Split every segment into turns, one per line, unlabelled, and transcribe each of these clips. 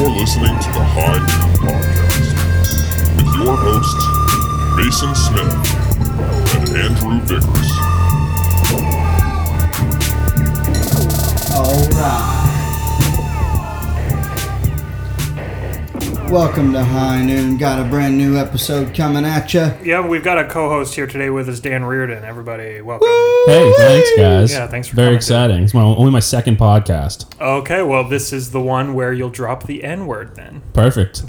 listening to the High Noon Podcast with your hosts, Mason Smith and Andrew Vickers.
All right. Welcome to High Noon. Got a brand new episode coming at you.
Yeah, we've got a co-host here today with us, Dan Reardon. Everybody, welcome.
Hey, thanks, guys.
Yeah, thanks for
Very
coming,
exciting. It's my only my second podcast.
Okay, well, this is the one where you'll drop the N-word then,
Perfect.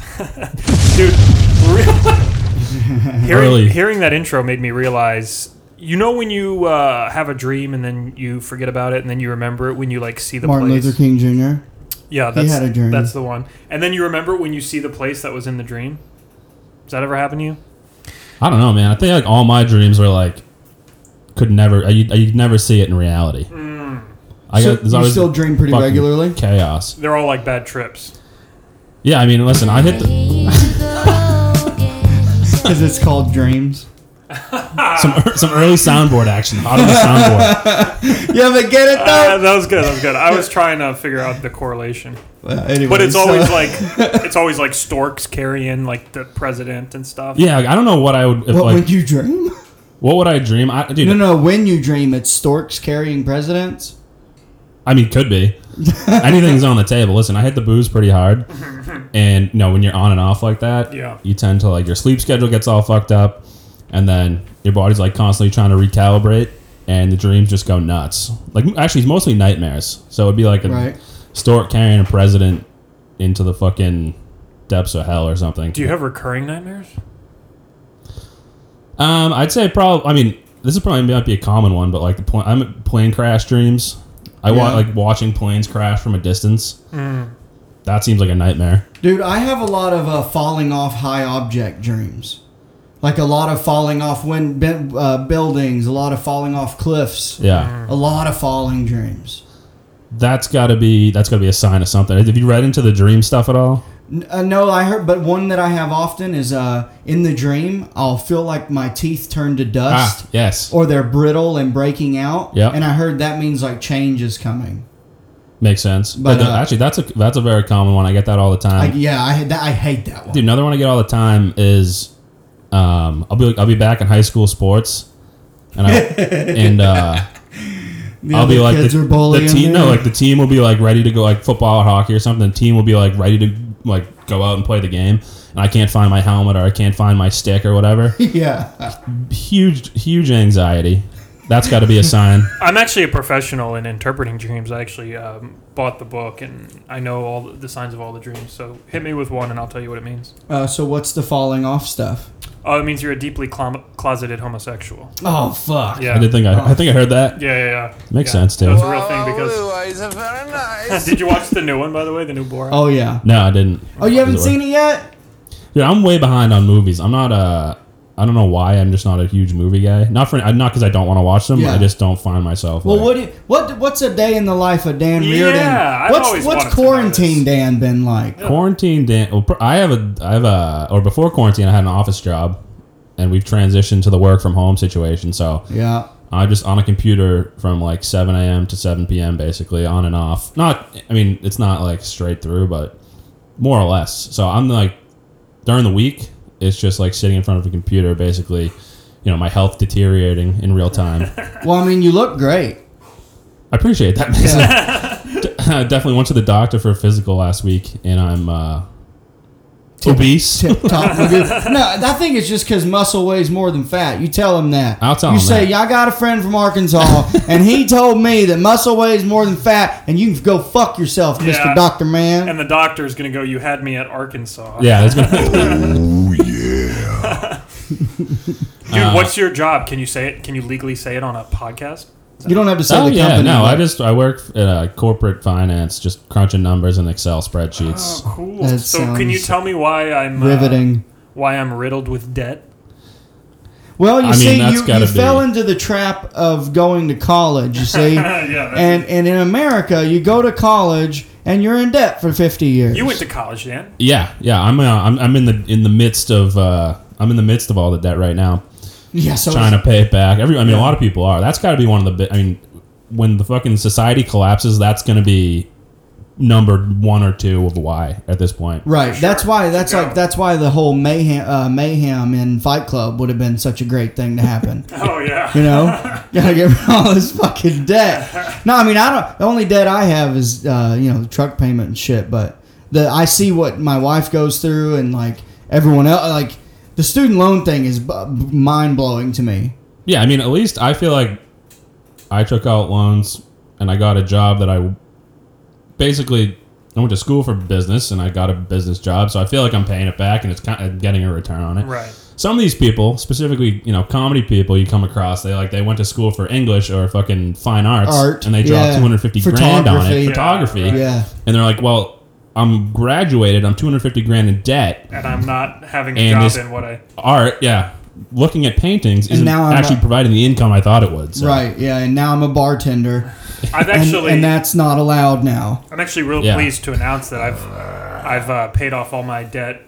dude. Really? hearing,
Early.
hearing that intro made me realize. You know when you uh, have a dream and then you forget about it and then you remember it when you like see the
Martin
place.
Luther King Jr.
Yeah, that's
had a dream.
that's the one. And then you remember it when you see the place that was in the dream. Does that ever happen to you?
I don't know, man. I think like all my dreams are like could never. I, you'd never see it in reality.
Hmm.
I
So
got, there's
you
always
still dream pretty
fucking
regularly?
Chaos.
They're all like bad trips.
Yeah, I mean, listen. I hit the,
Because it's called Dreams.
Ah.
some some early soundboard action. Hot on the soundboard.
Yeah, but get it
Uh,
though.
that was good. That was good. I was trying to figure out the correlation.
Well, anyways, uh,
But it's always
so-
like it's always like storks carrying like the president and stuff.
Yeah, like, I don't know what I would. If,
What,
like,
when you dream?
what would I dream? I, dude,
No, no, when you dream, it's storks carrying presidents.
I mean, could be. Anything's on the table. Listen, I hit the booze pretty hard, and you know when you're on and off like that,
Yeah.
you tend to like your sleep schedule gets all fucked up, and then your body's like constantly trying to recalibrate, and the dreams just go nuts. Like actually, it's mostly nightmares. So it'd be like a
Right.
stork carrying a president into the fucking depths of hell or something.
Do you have recurring nightmares?
Um, I'd say probably. I mean, this is probably might be a common one, but like the point, I'm at plane crash dreams. I
Yeah. Mm.
want like watching planes crash from a distance. That seems like a nightmare.
Dude, I have a lot of uh, falling off high object dreams. Like a lot of falling off wind, ben- uh, buildings, a lot of falling off cliffs,
Yeah,
a lot of falling dreams.
that's got to be that's got to be a sign of something. Have you read into the dream stuff at all?
N- Uh, no, I heard, but one that I have often is uh, in the dream, I'll feel like my teeth turn to dust
Ah, yes,
or they're brittle and breaking out.
Yeah.
And I heard that means like change is coming.
makes sense.
But,
But,
uh,
actually, that's a that's a very common one. I get that all the
I,
time.
yeah, I, that, I hate that one.
Dude, another one I get all the time is um, I'll be I'll be back in high school sports, and I, and uh,
The
I'll be
other
like
kids
the,
are
the
bullying.
team. No,
me.
like the team will be like ready to go, like football or hockey or something. The team will be like ready to like go out and play the game, and I can't find my helmet or I can't find my stick or whatever.
yeah.
huge, huge anxiety. That's got to be a sign.
I'm actually a professional in interpreting dreams. I actually um, bought the book and I know all the signs of all the dreams. So hit me with one and I'll tell you what it means.
Uh, so what's the falling off stuff?
Oh, it means you're a deeply clom- closeted homosexual.
Oh fuck.
Yeah.
I did think I, I think I heard that.
yeah, yeah, yeah.
Makes
Yeah.
sense, dude.
That's a real thing because. Did you watch the new one by the way? The new Borat.
Oh yeah.
No, I didn't.
Oh, you haven't seen it yet?
Dude, I'm way behind on movies. I'm not Uh, I don't know why. I'm just not a huge movie guy. Not for not because I don't want to watch them.
Yeah.
I just don't find myself.
Well,
like-
what do you- what what's a day in the life of Dan Reardon?
Yeah, I've
what's
always
what's
wanted to know
quarantine
this.
Dan been like?
quarantine dan well, pr- i have a i have a or before quarantine i had an office job and we've transitioned to the work from home situation so
Yeah.
i'm just on a computer from like 7 a.m to 7 p.m basically on and off not i mean it's not like straight through but more or less so i'm like during the week it's just like sitting in front of a computer basically you know my health deteriorating in real time
Well, I mean, you look great.
I appreciate that. Mason. De- definitely went to the doctor for a physical last week, and I'm uh, obese.
Tip top. dude. no, I think it's just because muscle weighs more than fat. You tell him that.
I'll tell
you
him
say,
that.
"Yeah, I got a friend from Arkansas, and he told me that muscle weighs more than fat, and you can go fuck yourself, Mister
Yeah.
Doctor Man."
And the doctor's gonna go. You had me at Arkansas.
Yeah, there's been
Oh, yeah.
Dude,
Uh,
what's your job? Can you say it? Can you legally say it on a podcast?
you don't have to say
oh
the
yeah,
company.
no, I
but
just I work at uh, corporate finance, just crunching numbers in Excel spreadsheets.
Oh, cool.
That
so can you
sounds
tell me why I'm uh,
riveting.
why I'm riddled with debt?
Well, you
I mean,
see,
that's
you, you
gotta be-
fell into the trap of going to college. You see,
Uh, that's-
and and in America, you go to college and you're in debt for fifty years.
You went to college, Dan.
Yeah, yeah, I'm uh, I'm I'm in the in the midst of uh, I'm in the midst of all the debt right now,
yeah, so
trying to pay it back. Every I mean, a lot of people are. That's got to be one of the. Bi- I mean, when the fucking society collapses, that's going to be numbered one or two of why at this point.
Right.
For
That's
sure.
why. That's
Yeah.
like. That's why the whole mayhem, uh, mayhem in Fight Club would have been such a great thing to happen.
Oh yeah.
You know, gotta get rid of all this fucking debt. No, I mean, I don't. The only debt I have is, uh, you know, truck payment and shit. But the I see what my wife goes through, and like everyone else, like the student loan thing is b- mind blowing to me.
Yeah, I mean, at least I feel like I took out loans and I got a job that I basically I went to school for business and I got a business job, so I feel like I'm paying it back and it's kind of getting a return on it.
Right.
Some of these people, specifically, you know, comedy people you come across, they like they went to school for English or fucking fine arts
Art,
and they dropped
yeah.
250 grand on
Photography.
it,
Yeah,
photography.
right.
Yeah.
And they're like, "Well, I'm graduated, I'm 250 grand in debt.
And I'm not having a
And
job
this-
in what I.
Art, yeah, looking at paintings isn't
now I'm
actually
a-
providing the income I thought it would." so.
Right. Yeah. And now I'm a bartender,
I've
and,
actually.
and that's not allowed now.
I'm actually real
Yeah.
pleased to announce that I've I've uh, paid off all my debt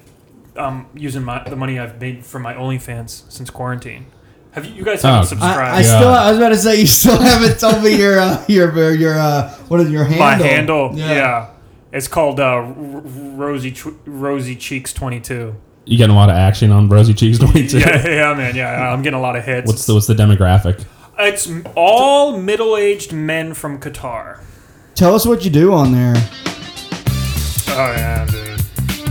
um, using my the money I've made from my OnlyFans since quarantine. Have you, you guys haven't
Oh.
I,
subscribed?
I still. I was about to say you still haven't told me your uh, your your uh, what is your handle?
my handle, yeah.
Yeah.
It's called uh, R- R- Rosy Ch- Rosy Cheeks twenty two.
You getting a lot of action on Rosy Cheeks 22.
Yeah, yeah, man, yeah. I'm getting a lot of hits.
What's the what's the demographic?
it's m- all middle aged men from Qatar.
Tell us what you do on there.
Oh yeah, dude.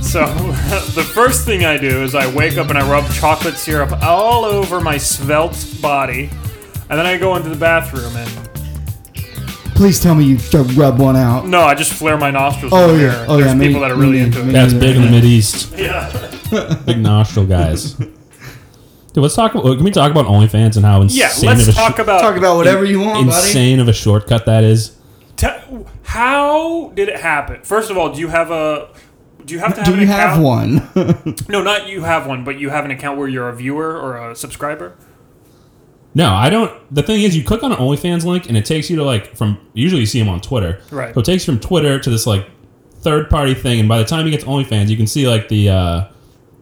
So the first thing I do is I wake up and I rub chocolate syrup all over my svelte body, and then I go into the bathroom and
Please tell me you to rub one out.
no, I just flare my nostrils.
Oh,
in the
yeah.
mirror.
Oh,
There's
yeah, me-
people that are really
me-
into
me-
it.
That's big in the
Yeah.
Mid East.
Yeah,
Big nostril guys. Dude, let's talk. Can we talk about OnlyFans and how
yeah.
insane of a
Let's
sh-
talk about
Talk about whatever you want, buddy.
insane of a shortcut that is?
te- how did it happen. First of all, do you have a do you have to have
Do
an
you
account?
have one?
No, not you have one, but you have an account where you're a viewer or a subscriber.
No, I don't. The thing is, you click on an OnlyFans link and it takes you to like from. Usually, you see them on Twitter.
Right.
So it takes you from Twitter to this like third party thing, and by the time you get to OnlyFans, you can see like the.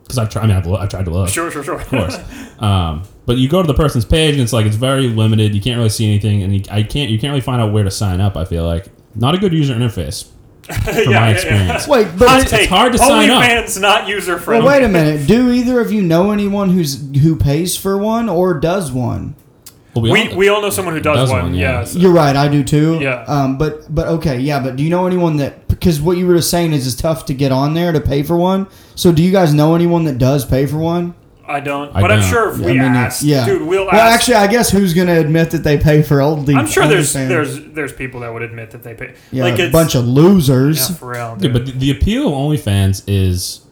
Because I've tried. I mean, I've, lo- I've tried to look.
Sure, sure, sure. Of
course. Um, but you go to the person's page and it's like it's very limited. You can't really see anything, and you, I can't. You can't really find out where to sign up. I feel like not a good user interface from my experience.
Wait,
Hot
but
take.
hard to sign up.
OnlyFans not user friendly.
well, wait a minute. Do either of you know anyone who's who pays for one or does one?
Well, we
We,
all-
we all know someone who does,
Does
one.
one,
yeah.
yeah.
so-
You're right, I do too.
Yeah.
Um, but but okay, yeah. But do you know anyone that because what you were saying is it's tough to get on there to pay for one. So do you guys know anyone that does pay for one?
I don't.
I
but I'm
don't.
sure if
I
we
mean,
asked,
yeah.
dude, we'll
well,
ask.
actually, I guess who's going to admit that they pay for old?
I'm sure there's
OnlyFans?
there's there's people that would admit that they pay.
yeah,
like
a
it's,
bunch of
Yeah,
losers.
for real.
Yeah,
Dude.
but the, the appeal of OnlyFans is,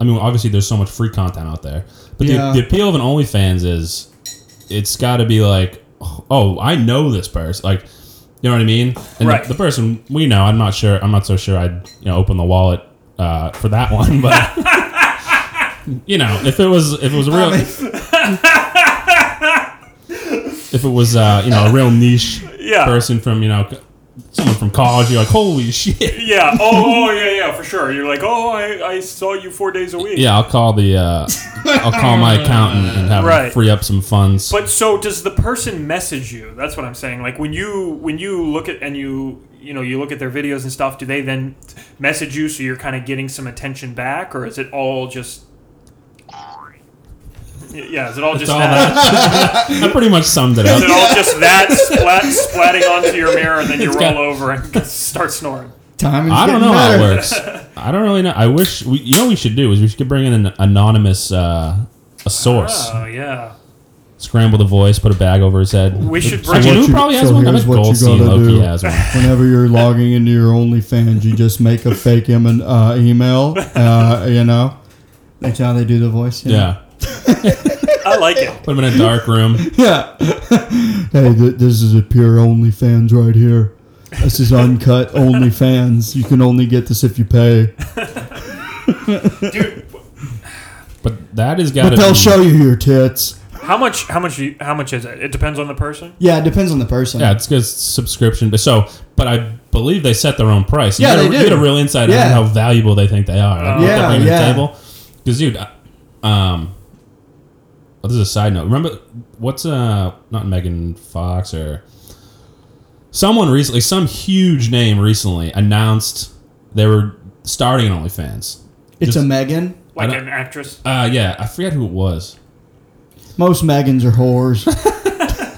I mean, obviously there's so much free content out there, but
Yeah.
the, the appeal of an OnlyFans is, it's got to be like, oh, I know this person, like, you know what I mean? And
Right.
the, the person we know, I'm not sure, I'm not so sure I'd you know open the wallet uh, for that one, but. You know, if it was if it was a real,
I mean-
if it was uh, you know a real niche
Yeah.
person from you know someone from college, you're like holy shit.
yeah. Oh, oh, yeah, yeah, for sure. You're like, oh, I, I saw you four days a week.
Yeah, I'll call the uh, I'll call my accountant and have him
Right.
free up some funds.
But so does the person message you? That's what I'm saying. Like when you when you look at and you you know you look at their videos and stuff. Do they then message you so you're kind of getting some attention back, or is it all just? Yeah, is it all just
all
that?
I pretty much summed it
Is it
up.
all just that splat, splatting onto your mirror, and then you
It's
roll
got-
over and start snoring?
Time is
I don't
getting
know how it
better.
works. I don't really know. I wish we, you know what we should do is we should bring in an anonymous uh, a source,
Oh yeah,
scramble the voice, put a bag over his head.
We should
Actually,
bring-
you know
So
who probably has
here's
one. I
what
bet
you gotta
Goldstein Loki
do.
has one.
Whenever you're logging into your OnlyFans, you just make a fake em- uh, email. Uh, you know, that's how they do the voice. you know?
Yeah,
I like it.
put him in a dark room.
Yeah. hey, th- this is a pure OnlyFans right here. This is uncut OnlyFans. You can only get this if you pay.
But that has got
But
to.
they'll show you your tits.
How much? How much? do you- How much is it? It depends on the person.
Yeah, it depends on the person.
Yeah, it's because subscription. But so, but I believe they set their own price. You
Yeah,
get a,
they
You get
do.
a real insight
Yeah.
on how valuable they think they are. Like, what
Yeah,
they're bringing to
yeah.
the table. Because, dude, I- um, well, this is a side note. Remember, what's uh, not Megan Fox or someone recently, some huge name recently announced they were starting an OnlyFans.
It's
Just-
a Megan.
Like
don't-
an actress.
Uh, yeah, I forget who it was.
Most Megans are whores.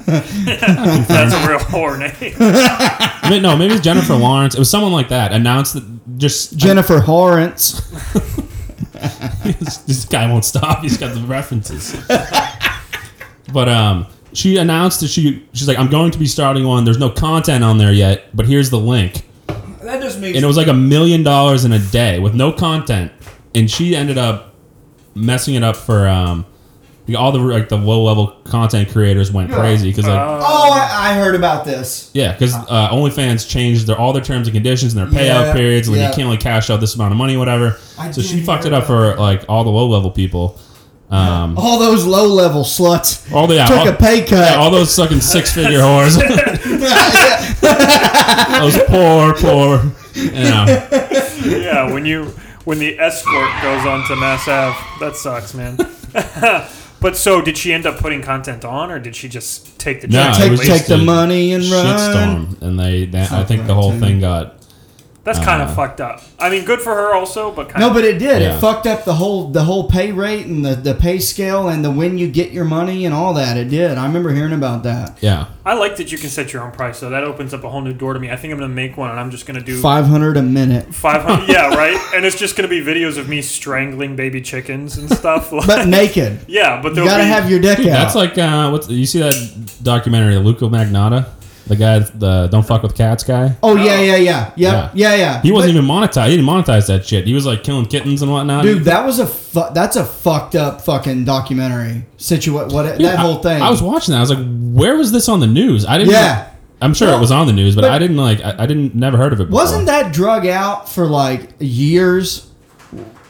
That's a real whore name.
I mean, no, maybe it's Jennifer Lawrence. It was someone like that announced that just
Jennifer Lawrence.
this, this guy won't stop. He's got the references. but um, she announced that she she's like, I'm going to be starting one. There's no content on there yet, but here's the link.
That just makes
And it was like a million dollars in a day with no content, and she ended up messing it up for um, all the like the low level content creators went crazy because like.
Oh, I, I heard about this.
Yeah, because uh, OnlyFans changed their all their terms and conditions and their payout
Yeah,
periods. Like
yeah.
you can't only cash out this amount of money, whatever.
I
so
did
she fucked
hear
it up for like all the low level people. Um,
All those low level sluts
all the yeah,
took
all,
a pay cut.
yeah, all those fucking six figure whores. those poor, poor. You know,
yeah, when you when the escort goes on to Mass Ave, that sucks, man. but so did she end up putting content on, or did she just take the
No,
check?
it
take
was
take
just
the
a
money and run.
shitstorm, and they. they I
Fuck
think the
that,
whole
dude.
thing got.
That's kind of
Uh,
fucked up. I mean, good for her also, but kind
No,
of.
but it did.
Yeah.
It fucked up the whole the whole pay rate and the, the pay scale and the when you get your money and all that. It did. I remember hearing about that.
Yeah,
I like that you can set your own price, though. That opens up a whole new door to me. I think I'm gonna make one, and I'm just gonna do
Five hundred a minute.
five hundred. yeah, right. And it's just gonna be videos of me strangling baby chickens and stuff. Like,
But naked.
yeah, but
You
there'll
gotta
be,
have your dick out.
that's like uh, what's you see that documentary, Luca Magnotta, the guy, the don't fuck with cats guy.
oh yeah, yeah, yeah. Yep.
Yeah.
Yeah, yeah.
He wasn't even monetized. He didn't monetize that shit. He was like killing kittens and whatnot.
Dude, that was a fu- that's a fucked up fucking documentary situation. What
Dude,
that whole
I-
thing?
I, was watching that. I was like, where was this on the news? I didn't.
Yeah.
I'm sure it was on the news, but,
but-
I didn't like. I, I didn't never heard of it. Before.
Wasn't that drug out for like years?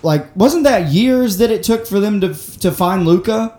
Like, wasn't that years that it took for them to to find Luca?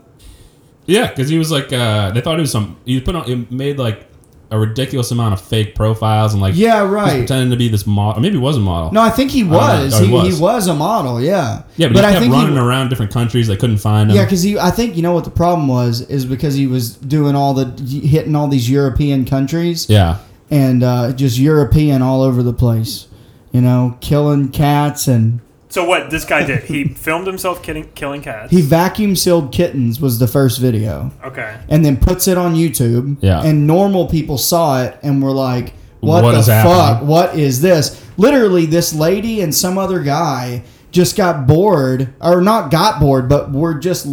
Yeah, because he was like, uh, they thought he was some. He was put on. It made like a ridiculous amount of fake profiles and like.
Yeah,
he was
right.
pretending to be this model. Or maybe he was a model.
No, I think he
know.
was.
Oh, he
he, he, was.
was.
a model, yeah.
Yeah, but, he
I
kept
think
running
he,
around different countries. They couldn't find him.
Yeah, because he. I think you know what the problem was is because he was doing all the hitting all these European countries
Yeah.
and uh, just European all over the place. You know, killing cats and
So what this guy did? He filmed himself killing, killing cats.
he vacuum sealed kittens was the first video.
okay.
and then puts it on YouTube.
Yeah.
And normal people saw it and were like, "What,
What
the
is
fuck?
happening?"
What is this?" Literally, this lady and some other guy just got bored, or not got bored, but were just.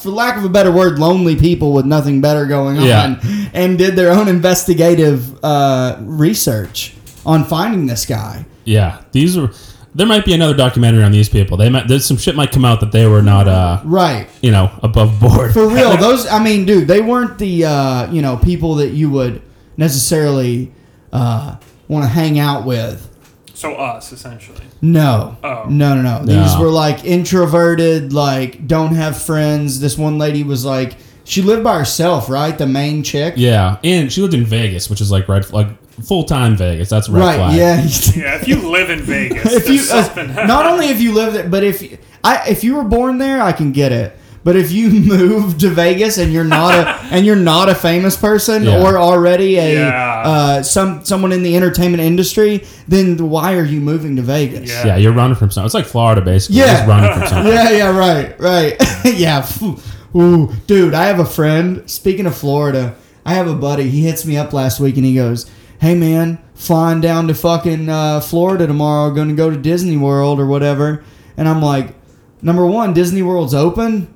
For lack of a better word, lonely people with nothing better going on,
Yeah.
and did their own investigative uh, research on finding this guy.
Yeah. These were. There might be another documentary on these people. They might. There's some shit might come out that they were not. Uh,
Right,
you know, above board.
for real. Those, I mean, dude, they weren't the uh, you know people that you would necessarily uh, want to hang out with.
So us essentially.
No.
Oh.
No, no, no.
No.
These were like introverted, like don't have friends. This one lady was like, she lived by herself, right? The main chick.
Yeah, and she lived in Vegas, which is like red, like full time Vegas. That's a red
right.
flag.
Yeah.
Yeah, if you live in Vegas,
if you,
there's something.
uh, not only if you live there, but if I, if you were born there, I can get it. But if you move to Vegas and you're not a and you're not a famous person
Yeah.
or already a
Yeah.
uh, some someone in the entertainment industry, then why are you moving to Vegas?
Yeah.
yeah, you're running from something. It's like Florida, basically. You're
Yeah.
just running from something.
yeah, yeah, right, right. yeah. phew. Ooh, dude, I have a friend. Speaking of Florida, I have a buddy. He hits me up last week and he goes, Hey, man, flying down to fucking uh, Florida tomorrow, going to go to Disney World or whatever. And I'm like, Number one, Disney World's open.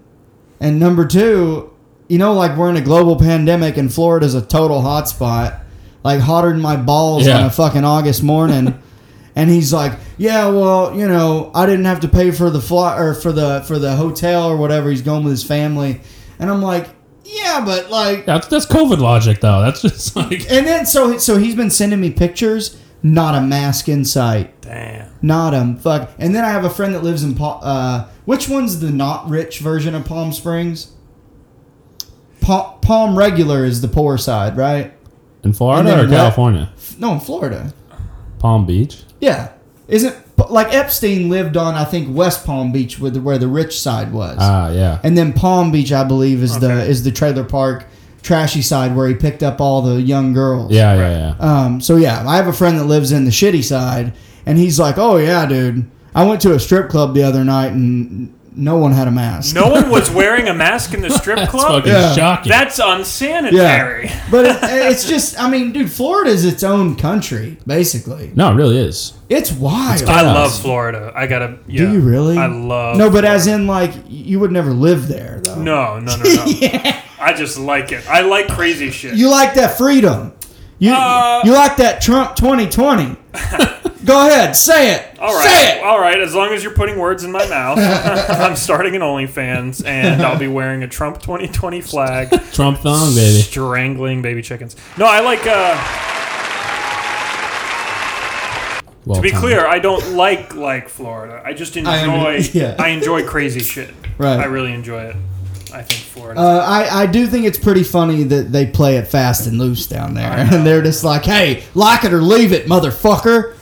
And number two, you know, like we're in a global pandemic and Florida's a total hotspot, like hotter than my balls on
Yeah.
a fucking August morning. and he's like, "Yeah, well, you know, I didn't have to pay for the fly or for the for the hotel or whatever." He's going with his family, and I'm like, "Yeah, but like,"
That's that's COVID logic, though. That's just like
and then so so he's been sending me pictures, not a mask in sight.
Damn.
Not a fuck. And then I have a friend that lives in pa- uh which one's the not rich version of Palm Springs? Pa- Palm regular is the poor side, right?
in
And
Florida
then
or
what?
California,
F- No, in Florida.
Palm Beach.
Yeah. Isn't like Epstein lived on I think West Palm Beach with where the rich side was.
Ah, yeah.
and then Palm Beach I believe is the
Okay.
is the trailer park trashy side where he picked up all the young girls.
yeah, yeah, yeah,
Um, so yeah, I have a friend that lives in the shitty side, And he's like, "Oh yeah, dude. I went to a strip club the other night and no one had a mask."
No one was wearing a mask in the strip
That's
club.
fucking
Yeah.
shocking.
That's unsanitary.
Yeah. but it, it's just, I mean, dude, Florida's its own country, basically.
no, it really is.
It's wild.
I
Yes.
love Florida. I gotta. Yeah.
Do you really?
I love.
No, but as in, like, you would never live there, though.
No, no, no, no. I just like it. I like crazy shit.
You like that freedom. You,
Uh,
you like that Trump 2020. Go ahead, say it.
all right,
Say it.
all right. As long as you're putting words in my mouth, I'm starting an OnlyFans, and I'll be wearing a Trump 2020 flag,
Trump
Oh,
thong, baby.
strangling baby chickens. No, I like. Uh,
Well,
to be
timed.
clear, I don't like like Florida. I just enjoy.
I under-
I,
yeah.
enjoy crazy shit.
Right.
I really enjoy it. I think Florida.
Uh, I, I do think it's pretty funny that they play it fast and loose down there. And they're just like, hey, like it or leave it, motherfucker.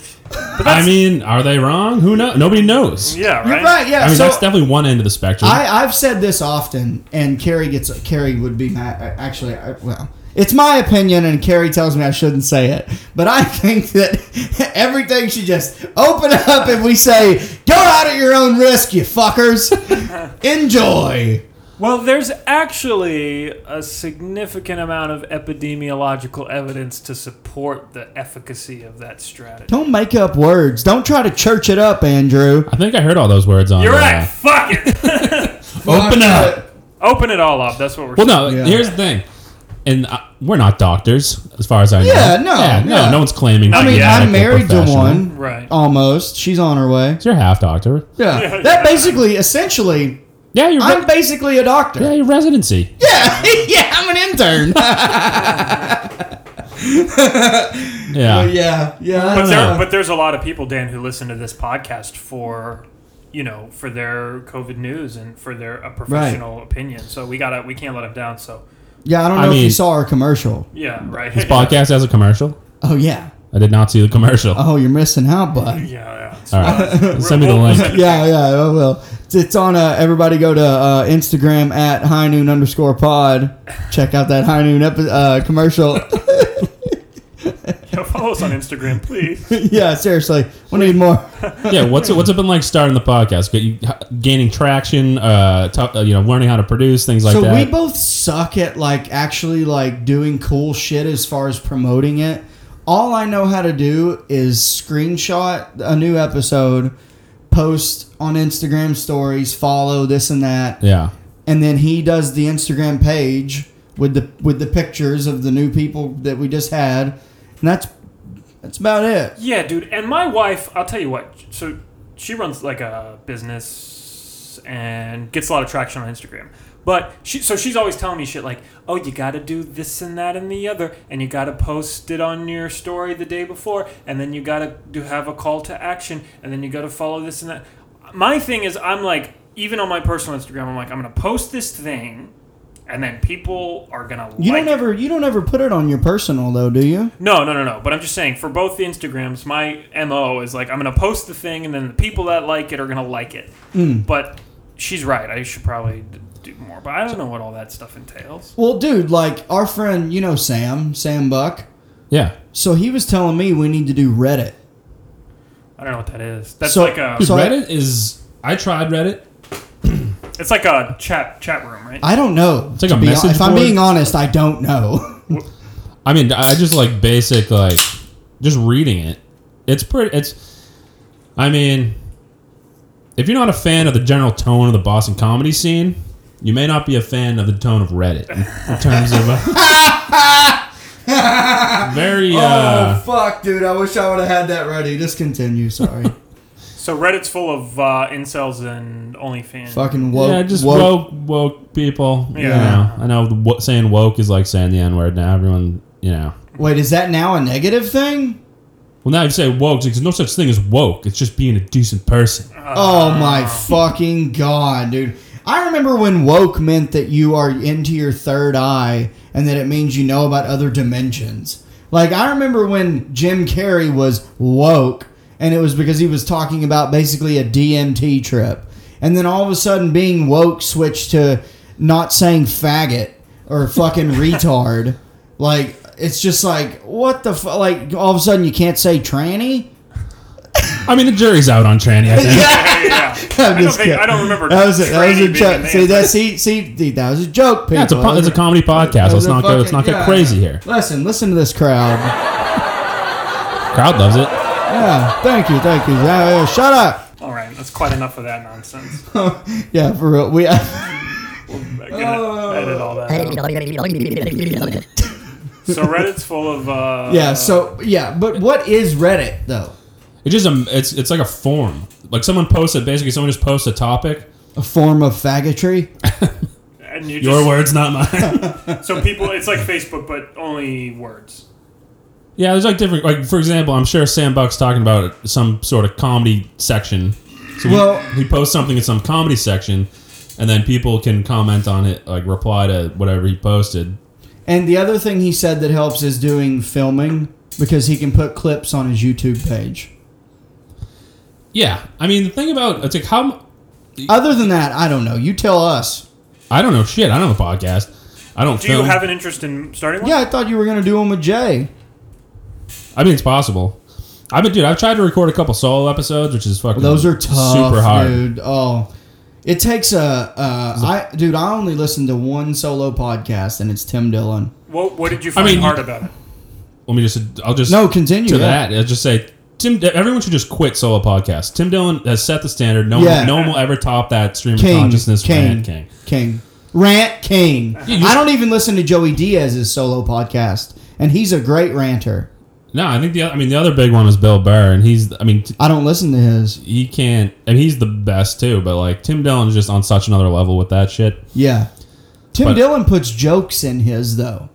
I mean, are they wrong? Who knows? Nobody knows.
yeah, right.
You're right, yeah.
I mean,
so,
that's definitely one end of the spectrum.
I, I've said this often, and Carrie gets Carrie would be my actually I, well. It's my opinion, and Carrie tells me I shouldn't say it, but I think that everything should just open up and we say, "Go out at your own risk, you fuckers. Enjoy."
Well, there's actually a significant amount of epidemiological evidence to support the efficacy of that strategy.
Don't make up words. Don't try to church it up, Andrew.
I think I heard all those words on.
You're
uh,
right. Fuck it.
Open up.
Open it all up. That's what we're.
Well, no.
Yeah.
Here's the thing, and uh, we're not doctors, as far as I know.
Yeah, no, yeah.
no, no one's claiming.
I
to
I
be
mean,
a
I'm
medical
married to
professional.
one,
Right.
Almost. She's on her way.
You're half doctor.
Yeah. That basically, essentially,
Yeah, you're.
I'm
Re-
basically a doctor.
yeah, your residency.
Yeah, yeah, I'm an intern.
Yeah.
Oh, yeah, yeah.
But,
don't
there,
know.
but there's a lot of people, Dan, who listen to this podcast for, you know, for their COVID news and for their a professional opinion. So we gotta, we can't let them down. So
yeah, I don't know
I
if you
mean-
saw our commercial.
yeah, right.
This podcast has a commercial.
Oh yeah.
I did not see the commercial.
Oh, you're missing out, bud.
Yeah, yeah.
All right, send me the link.
Yeah, yeah. Oh well. It's, it's on. Uh, everybody go to uh, Instagram at high noon underscore pod. Check out that high noon epi- uh, commercial.
Yeah, follow us on Instagram, please.
yeah, seriously, we need more.
Yeah, what's it, what's it been like starting the podcast? Get you gaining traction, uh, to- uh, you know, learning how to produce things like
so
that.
we both suck at like actually like doing cool shit as far as promoting it all i know how to do is screenshot a new episode post on instagram stories follow this and that
yeah,
and then he does the instagram page with the with the pictures of the new people that we just had and that's that's about it
Yeah, dude. And my wife, I'll tell you what. So she runs like a business and gets a lot of traction on Instagram. But she, so she's always telling me shit like, "Oh, you got to do this and that and the other, and you got to post it on your story the day before, and then you got to do have a call to action, and then you got to follow this and that." My thing is, I'm like, even on my personal Instagram, I'm like, I'm gonna post this thing, and then people are gonna.
you
like
don't ever you don't ever put it on your personal though do you
no, no, no, no. But I'm just saying, for both the Instagrams, my mo is like I'm gonna post the thing, and then the people that like it are gonna like it.
Hmm.
But she's right. I should probably d- do more. But I don't know what all that stuff entails.
well dude like our friend you know sam sam buck
yeah.
so he was telling me we need to do reddit
I don't know what that is. That's
So-
like a
Dude,
So I-
Reddit is. I tried Reddit.
it's like a chat chat room, right?
I don't know.
like
to
a
be hon-
message
If I'm
board?
being honest, I don't know.
I mean, I just like basic like just reading it. It's pretty. It's. I mean, if you're not a fan of the general tone of the Boston comedy scene, you may not be a fan of the tone of Reddit in, in terms of. Uh, very.
Oh,
Uh,
fuck, dude! I wish I would have had that ready. Just continue. Sorry.
so Reddit's full of uh, incels and OnlyFans.
Fucking woke.
yeah, just
woke.
woke woke people. Yeah,
Yeah.
I know the wo- saying woke is like saying the n word now. Everyone, you know.
Wait, is that now a negative thing?
Well, now you say woke because there's no such thing as woke. It's just being a decent person.
Oh my fucking god, dude! I remember when woke meant that you are into your third eye and that it means you know about other dimensions. Like I remember when Jim Carrey was woke, and it was because he was talking about basically a DMT trip, and then all of a sudden being woke switched to not saying faggot or fucking retard. Like it's just like what the fu- like all of a sudden you can't say tranny.
I mean, the jury's out on Tranny. I think.
yeah.
I'm
I don't,
just
think,
kidding.
I don't remember.
That was a, that was
Tranny
a
being
joke.
name.
See that? See, see, dude, that was a joke. People.
Yeah, it's a po- it's a comedy podcast.
That was
Let's
a
not go. Let's
fucking-
not get
yeah.
crazy here.
Listen, listen to this crowd.
Crowd loves it.
Yeah, thank you, thank you. Yeah, yeah, shut up.
All right, that's quite enough of that nonsense.
yeah, for real. We.
I'm gonna
Oh.
edit all that. out. So Reddit's full of uh,
Yeah. So yeah, but what is Reddit though?
It's just a. It's it's like a form. Like someone posted. Basically, someone just posts a topic.
A form of faggotry.
and you
Your
just,
words, not mine.
so people it's like Facebook but only words.
yeah, there's like different. Like for example, I'm sure Sam Buck's talking about some sort of comedy section. So
Well-
he, he posts something in some comedy section, and then people can comment on it, like reply to whatever he posted.
And the other thing he said that helps is doing filming because he can put clips on his YouTube page.
Yeah, I mean the thing about it's like how m-
Other than that, I don't know. You tell us.
I don't know shit. I don't have a podcast. I don't.
Do you
film.
have an interest in starting one?
Yeah, I thought you were gonna do them with Jay.
I mean, it's possible. I've been, dude. I've tried to record a couple solo episodes, which is fucking.
Those are tough,
super hard.
dude. Oh, it takes a. Uh, I dude, I only listen to one solo podcast, and it's Tim Dillon.
What What did you find
mean,
hard
you-
about it?
Let me just. I'll just.
No, continue.
to
yeah.
that. I'll just say Tim. Everyone should just quit solo podcasts. Tim Dillon has set the standard. No
Yeah.
one, no one will ever top that stream of
King,
consciousness.
King,
rant King.
King, rant King. I don't even listen to Joey Diaz's solo podcast, and he's a great ranter.
No, I think the. oth- I mean, the other big one is Bill Burr, and he's. I mean, t-
I don't listen to his.
he can't. I mean, he's the best too. But like Tim Dillon's just on such another level with that shit.
Yeah, Tim
But-
Dillon puts jokes in his though.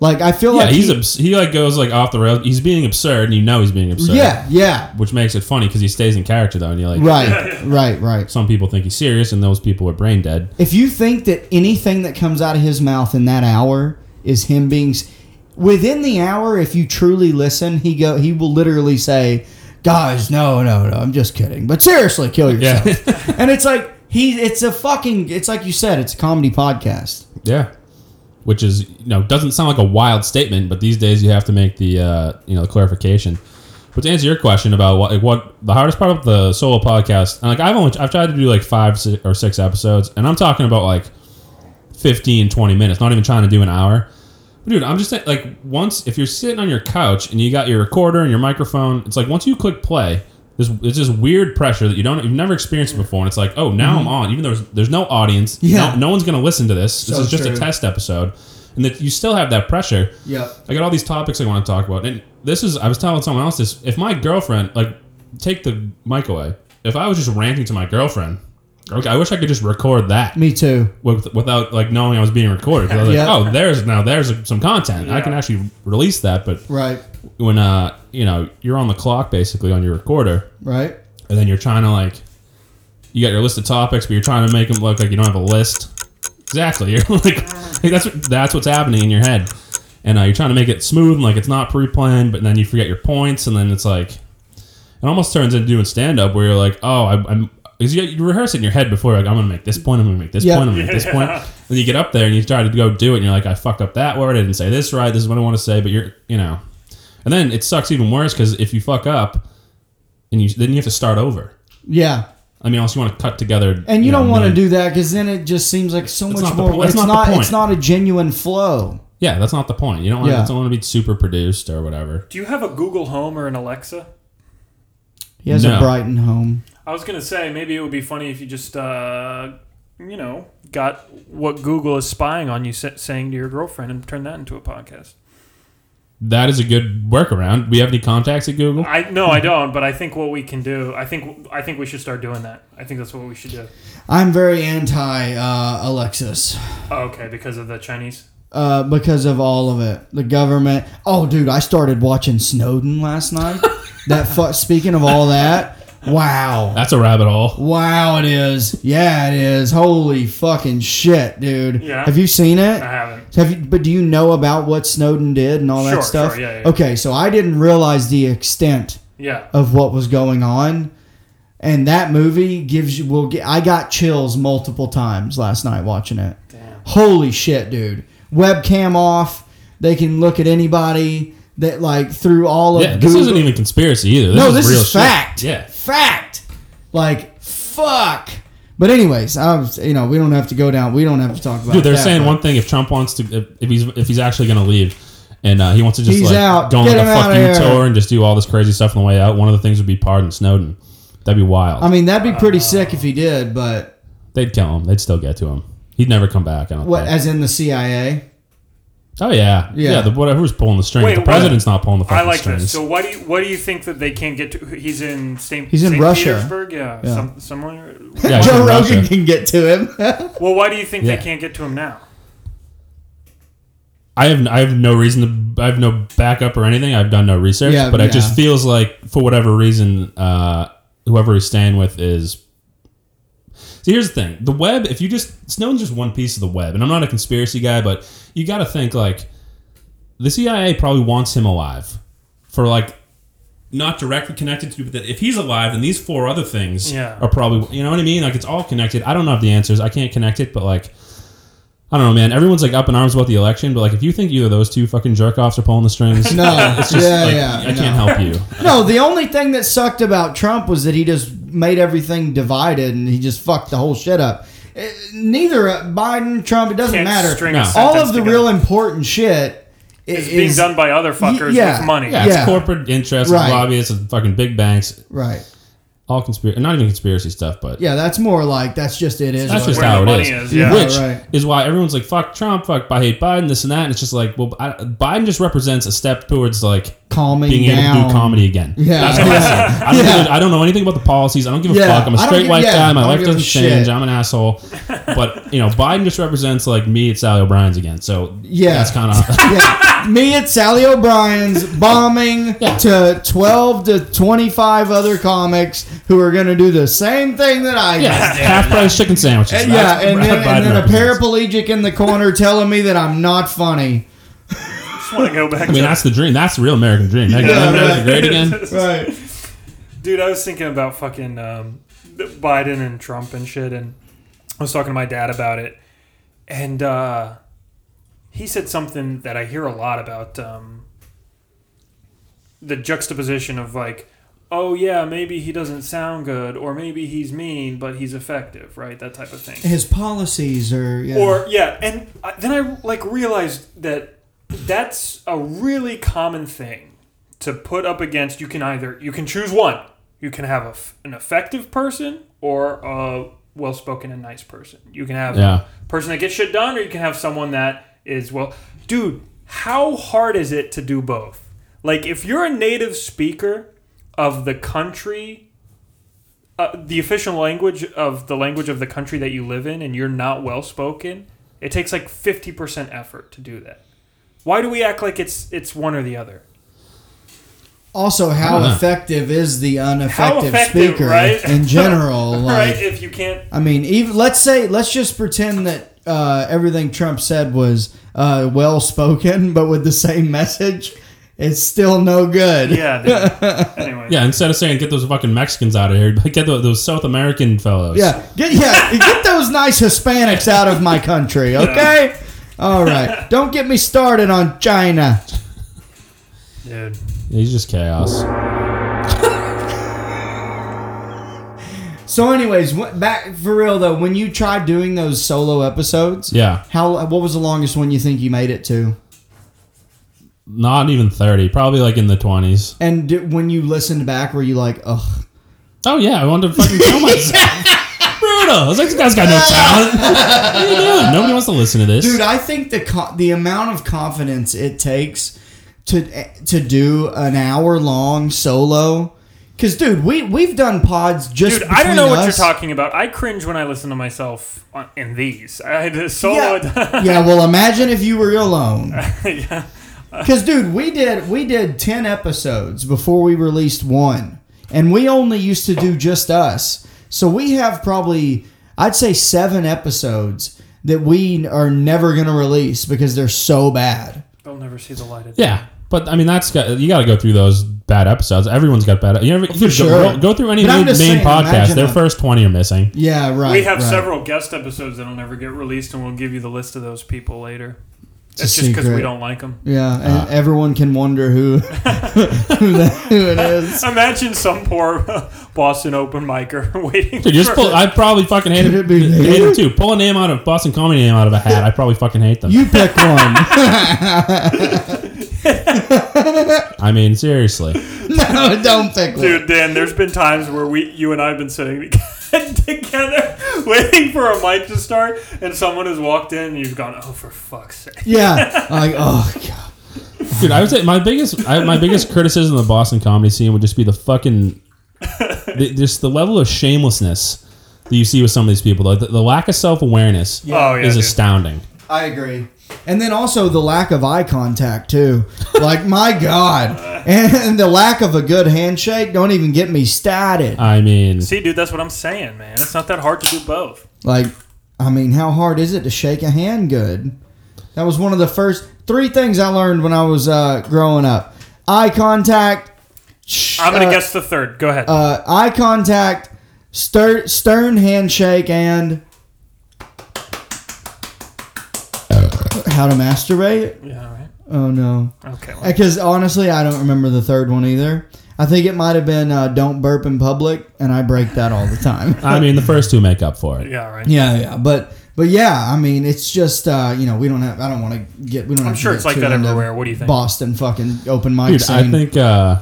Like I feel
Yeah,
like
he's
he-
abs- he like goes like off the rail. He's being absurd, and you know he's being absurd.
yeah, yeah,
which makes it funny because he stays in character though, and you're like,
right, right, right.
some people think he's serious and those people are brain dead.
If you think that anything that comes out of his mouth in that hour is him being s- within the hour, if you truly listen, he go he will literally say, "Guys, no, no, no, I'm just kidding." But seriously, kill yourself. and it's like he, it's a fucking, it's like you said, it's a comedy podcast.
yeah. Which is, you know, doesn't sound like a wild statement, but these days you have to make the, uh, you know, clarification. But to answer your question about what, like, what the hardest part of the solo podcast, and like I've only, I've tried to do like five si- or six episodes, and I'm talking about like 15, 20 minutes, not even trying to do an hour. But dude, I'm just saying, like, once, if you're sitting on your couch and you got your recorder and your microphone, it's like once you click play, there's, it's this weird pressure that you don't, you've never experienced before. And it's like, oh, now I'm on, even though there's, there's no audience.
Yeah.
No, no one's going to listen to this. This
So
is just
true.
a test episode. And that you still have that pressure.
Yep.
I got all these topics I want to talk about. And this is, I was telling someone else this. If my girlfriend, like, take the mic away. If I was just ranting to my girlfriend, okay, I wish I could just record that
Me too.
with, without like knowing I was being recorded. 'Cause I was
Yeah.
like, oh, there's now there's some content. I can actually release that. But
Right.
when uh you know you're on the clock basically on your recorder,
Right.
and then you're trying to like you got your list of topics, but you're trying to make them look like you don't have a list. Exactly. You're like that's what, that's what's happening in your head, and uh, you're trying to make it smooth and like it's not pre-planned, but then you forget your points, and then it's like it almost turns into doing stand-up where you're like, oh, I, I'm. Because you, you rehearse it in your head before, like, I'm going to make this point, I'm going to make this
Yeah.
point, I'm going to make this point. Then you get up there and you try to go do it, and you're like, I fucked up that word, I didn't say this right, this is what I want to say, but you're, you know. And then it sucks even worse because if you fuck up, and you then you have to start over.
Yeah.
I mean, unless you want to cut together,
And you,
know,
don't want to
nine-
do that because then it just seems like so much
not the
more.
point. That's
It's
not the
not. It's
point.
not a genuine flow.
Yeah, that's not the point. You don't want,
Yeah.
don't want to be super produced or whatever.
Do you have a Google Home or an Alexa?
He has a
No.
Brighton home.
I was gonna say maybe it would be funny if you just uh, you know got what Google is spying on you sa- saying to your girlfriend and turn that into a podcast.
That is a good workaround. Do we have any contacts at Google?
I no, I don't. But I think what we can do, I think I think we should start doing that. I think that's what we should do.
I'm very anti uh, Alexis.
Oh, Okay, because of the Chinese.
uh, because of all of it. The government. Oh, dude, I started watching Snowden last night. that fu- speaking of all that, wow,
That's a rabbit hole.
wow, it is. Yeah, it is. Holy fucking shit, dude.
Yeah.
Have you seen it?
I haven't.
Have you, but do you know about what Snowden did and all
Sure,
that stuff?
sure, yeah, yeah.
Okay, so I didn't realize the extent
Yeah.
of what was going on. And that movie gives you will get I got chills multiple times last night watching it. Holy shit, dude. Webcam off. They can look at anybody. that like through all of
Yeah, this
Google-
isn't even conspiracy either. This
no,
is
this
real
is
shit.
fact.
Yeah.
fact. Like fuck. But anyways, I was you know we don't have to go down. We don't have to talk about.
Dude, they're
that,
saying
but
one thing. If Trump wants to, if, if he's if he's actually going to leave, and uh, he wants to just
He's
like
out.
go on
Get
like a
him out
fuck
of
you
here.
tour and just do all this crazy stuff on the way out, one of the things would be pardon Snowden. That'd be wild.
I mean, that'd be pretty sick if he did. But
They'd kill him. They'd still get to him. He'd never come back. I don't
what?
think.
As in the CIA?
oh yeah,
Yeah.
yeah. the, whatever's pulling the strings.
Wait,
the
what?
president's not pulling the
I
fucking
like
strings.
this. So why do you why do you think that they can't get to? He's in St.
He's in
St.
Russia.
Petersburg, yeah,
Yeah.
Some, somewhere.
Yeah, he's
Joe
in
Rogan
Russia.
can get to him.
Well, why do you think
Yeah.
they can't get to him now?
I have I have no reason to I have no backup or anything. I've done no research,
Yeah,
but
yeah.
it just feels like for whatever reason, uh, whoever he's staying with is. See, here's the thing: the web. If you just Snowden's just one piece of the web, and I'm not a conspiracy guy, but you got to think like the CIA probably wants him alive for like not directly connected to, but that if he's alive, then these four other things
Yeah.
are probably you know what I mean. Like it's all connected. I don't know the answers. I can't connect it, but like I don't know, man. Everyone's like up in arms about the election, but like if you think either of those two fucking jerk offs are pulling the strings,
No,
it's just
yeah,
like,
yeah,
I
no.
can't help you.
No, the only thing that sucked about Trump was that he just made everything divided and he just fucked the whole shit up. Eh, Neither uh, Biden, Trump, it doesn't
Can't
matter.
string a
No.
All
sentence
of the
together.
real important shit i-
It's
is
being done by other fuckers
yeah,
with money.
Yeah,
Yeah.
it's corporate interests,
Right.
it's lobbyists, and fucking big banks,
right.
all conspiracy, not even conspiracy stuff, but
Yeah, that's more like that's just it is.
that's
what
just
it
where
how
the
it
money
is.
is, yeah.
Which
Right, right.
is why everyone's like, "Fuck Trump, fuck, I hate Biden, this and that." And it's just like, well, I, Biden just represents a step towards like
is. calming
being
down.
able to do comedy again.
Yeah,
That's what I
yeah.
said. I don't,
Yeah.
really- I don't know anything about the policies. I don't give a
Yeah,
fuck. I'm a
I don't
straight
give-
white
yeah, I
guy. My
don't
life
give a
doesn't
shit.
change. I'm an asshole. But you know, Biden just represents like me at Sally O'Brien's again. So
Yeah.
that's kind of
yeah. Me at Sally O'Brien's bombing to 12 to 25 other comics who are going to do the same thing that I
yeah,
just did.
half price chicken sandwiches.
uh, And
That's
yeah, and
what
then,
Biden
and then a
represents.
paraplegic in the corner telling me that I'm not funny.
Just want to go back.
I mean,
to-
that's the dream. That's the real American dream. That-
Yeah,
that-
right.
Great again.
Right.
Dude, I was thinking about fucking um, Biden and Trump and shit, and I was talking to my dad about it, and uh, he said something that I hear a lot about um, the juxtaposition of like, oh yeah, maybe he doesn't sound good, or maybe he's mean, but he's effective, right? That type of thing.
His policies are. Yeah.
Or yeah, and I- then I like realized that that's a really common thing to put up against. You can either you can choose one. You can have a f an effective person or a well-spoken and nice person. You can have
Yeah.
a person that gets shit done, or you can have someone that is well. Dude, how hard is it to do both? Like if you're a native speaker of the country uh, the official language of the language of the country that you live in and you're not well spoken, it takes like 50% effort to do that. Why do we act like it's it's one or the other?
also,
I
how
don't know.
effective is the
How
ineffective
effective,
speaker
right?
in general? Like,
right? If you can't
I mean, even let's say let's just pretend that uh, everything Trump said was uh, well spoken, but with the same message, it's still no good.
Yeah. dude. anyway.
Yeah, instead of saying get those fucking Mexicans out of here, get those, those South American fellows.
Yeah, get yeah, get those nice Hispanics out of my country, okay? All right, don't get me started on China.
Dude.
he's just chaos.
So, anyways, wh- back for real though. When you tried doing those solo episodes,
Yeah,
how what was the longest one you think you made it to?
not even thirty. Probably like in the twenties.
And d when you listened back, were you like, ugh?
Oh yeah, I wanted to fucking kill myself. Brutal. I was like, this guy's got no talent. What are you doing? Nobody wants to listen to this.
Dude, I think the co- the amount of confidence it takes to eh, to do an hour long solo, because dude, we we've done pods just.
Dude, I don't
between
know what
us.
you're talking about. I cringe when I listen to myself on, in these. I had to solo
Yeah. yeah, well, imagine if you were alone. Because, dude, we did we did ten episodes before we released one, and we only used to do just us. So we have probably, I'd say, seven episodes that we are never going to release because they're so bad.
They'll never see the light of day.
Yeah, but I mean, that's got, you got to go through those bad episodes. Everyone's got bad. You, ever, you could
sure.
go, go through any
But I'm
main,
just
main
saying,
podcast.
imagine
Their
that.
first twenty are missing.
Yeah, right.
We have
right.
several guest episodes that'll never get released, and we'll give you the list of those people later.
a
It's just because we
secret.
don't like them.
Yeah, and everyone can wonder who who, that, who it is.
Imagine some poor Boston open micer waiting.
Dude, just
for-
pull, I probably fucking hate
Could
it.
it be me?
Hate it too. Pull a name out of Boston comedy name out of a hat. I probably fucking hate them.
You pick one.
I mean, seriously.
no, don't pick one.
Dude, Dan, there's been times where we, you and I have been sitting together waiting for a mic to start, and someone has walked in, and you've gone, oh, for fuck's sake.
Yeah, like oh god.
Dude, I would say my biggest I, my biggest criticism of the Boston comedy scene would just be the fucking the, just the level of shamelessness that you see with some of these people. Like the, the lack of self awareness
Oh, yeah.
is
dude.
astounding.
I agree. And then also the lack of eye contact too. Like my god, and the lack of a good handshake. Don't even get me started.
I mean,
See, dude, that's what I'm saying, man. It's not that hard to do both.
Like, I mean, how hard is it to shake a hand good? That was one of the first three things I learned when I was uh, growing up: eye contact. sh-
I'm going to
uh,
guess the third. Go ahead.
uh, eye contact, stir, stern handshake, and how to masturbate.
yeah, all right.
Oh no,
Okay. well,
because honestly, I don't remember the third one either. I think it might have been uh, "Don't burp in public," and I break that all the time.
I mean, the first two make up for it.
yeah, all right.
yeah, yeah, but but yeah, I mean, it's just uh, you know we don't have. I don't want to get. We don't.
I'm
have to
sure
get
it's like
too
that
into
everywhere. What do you think?
Boston fucking open mic
Dude, I
scene.
think uh,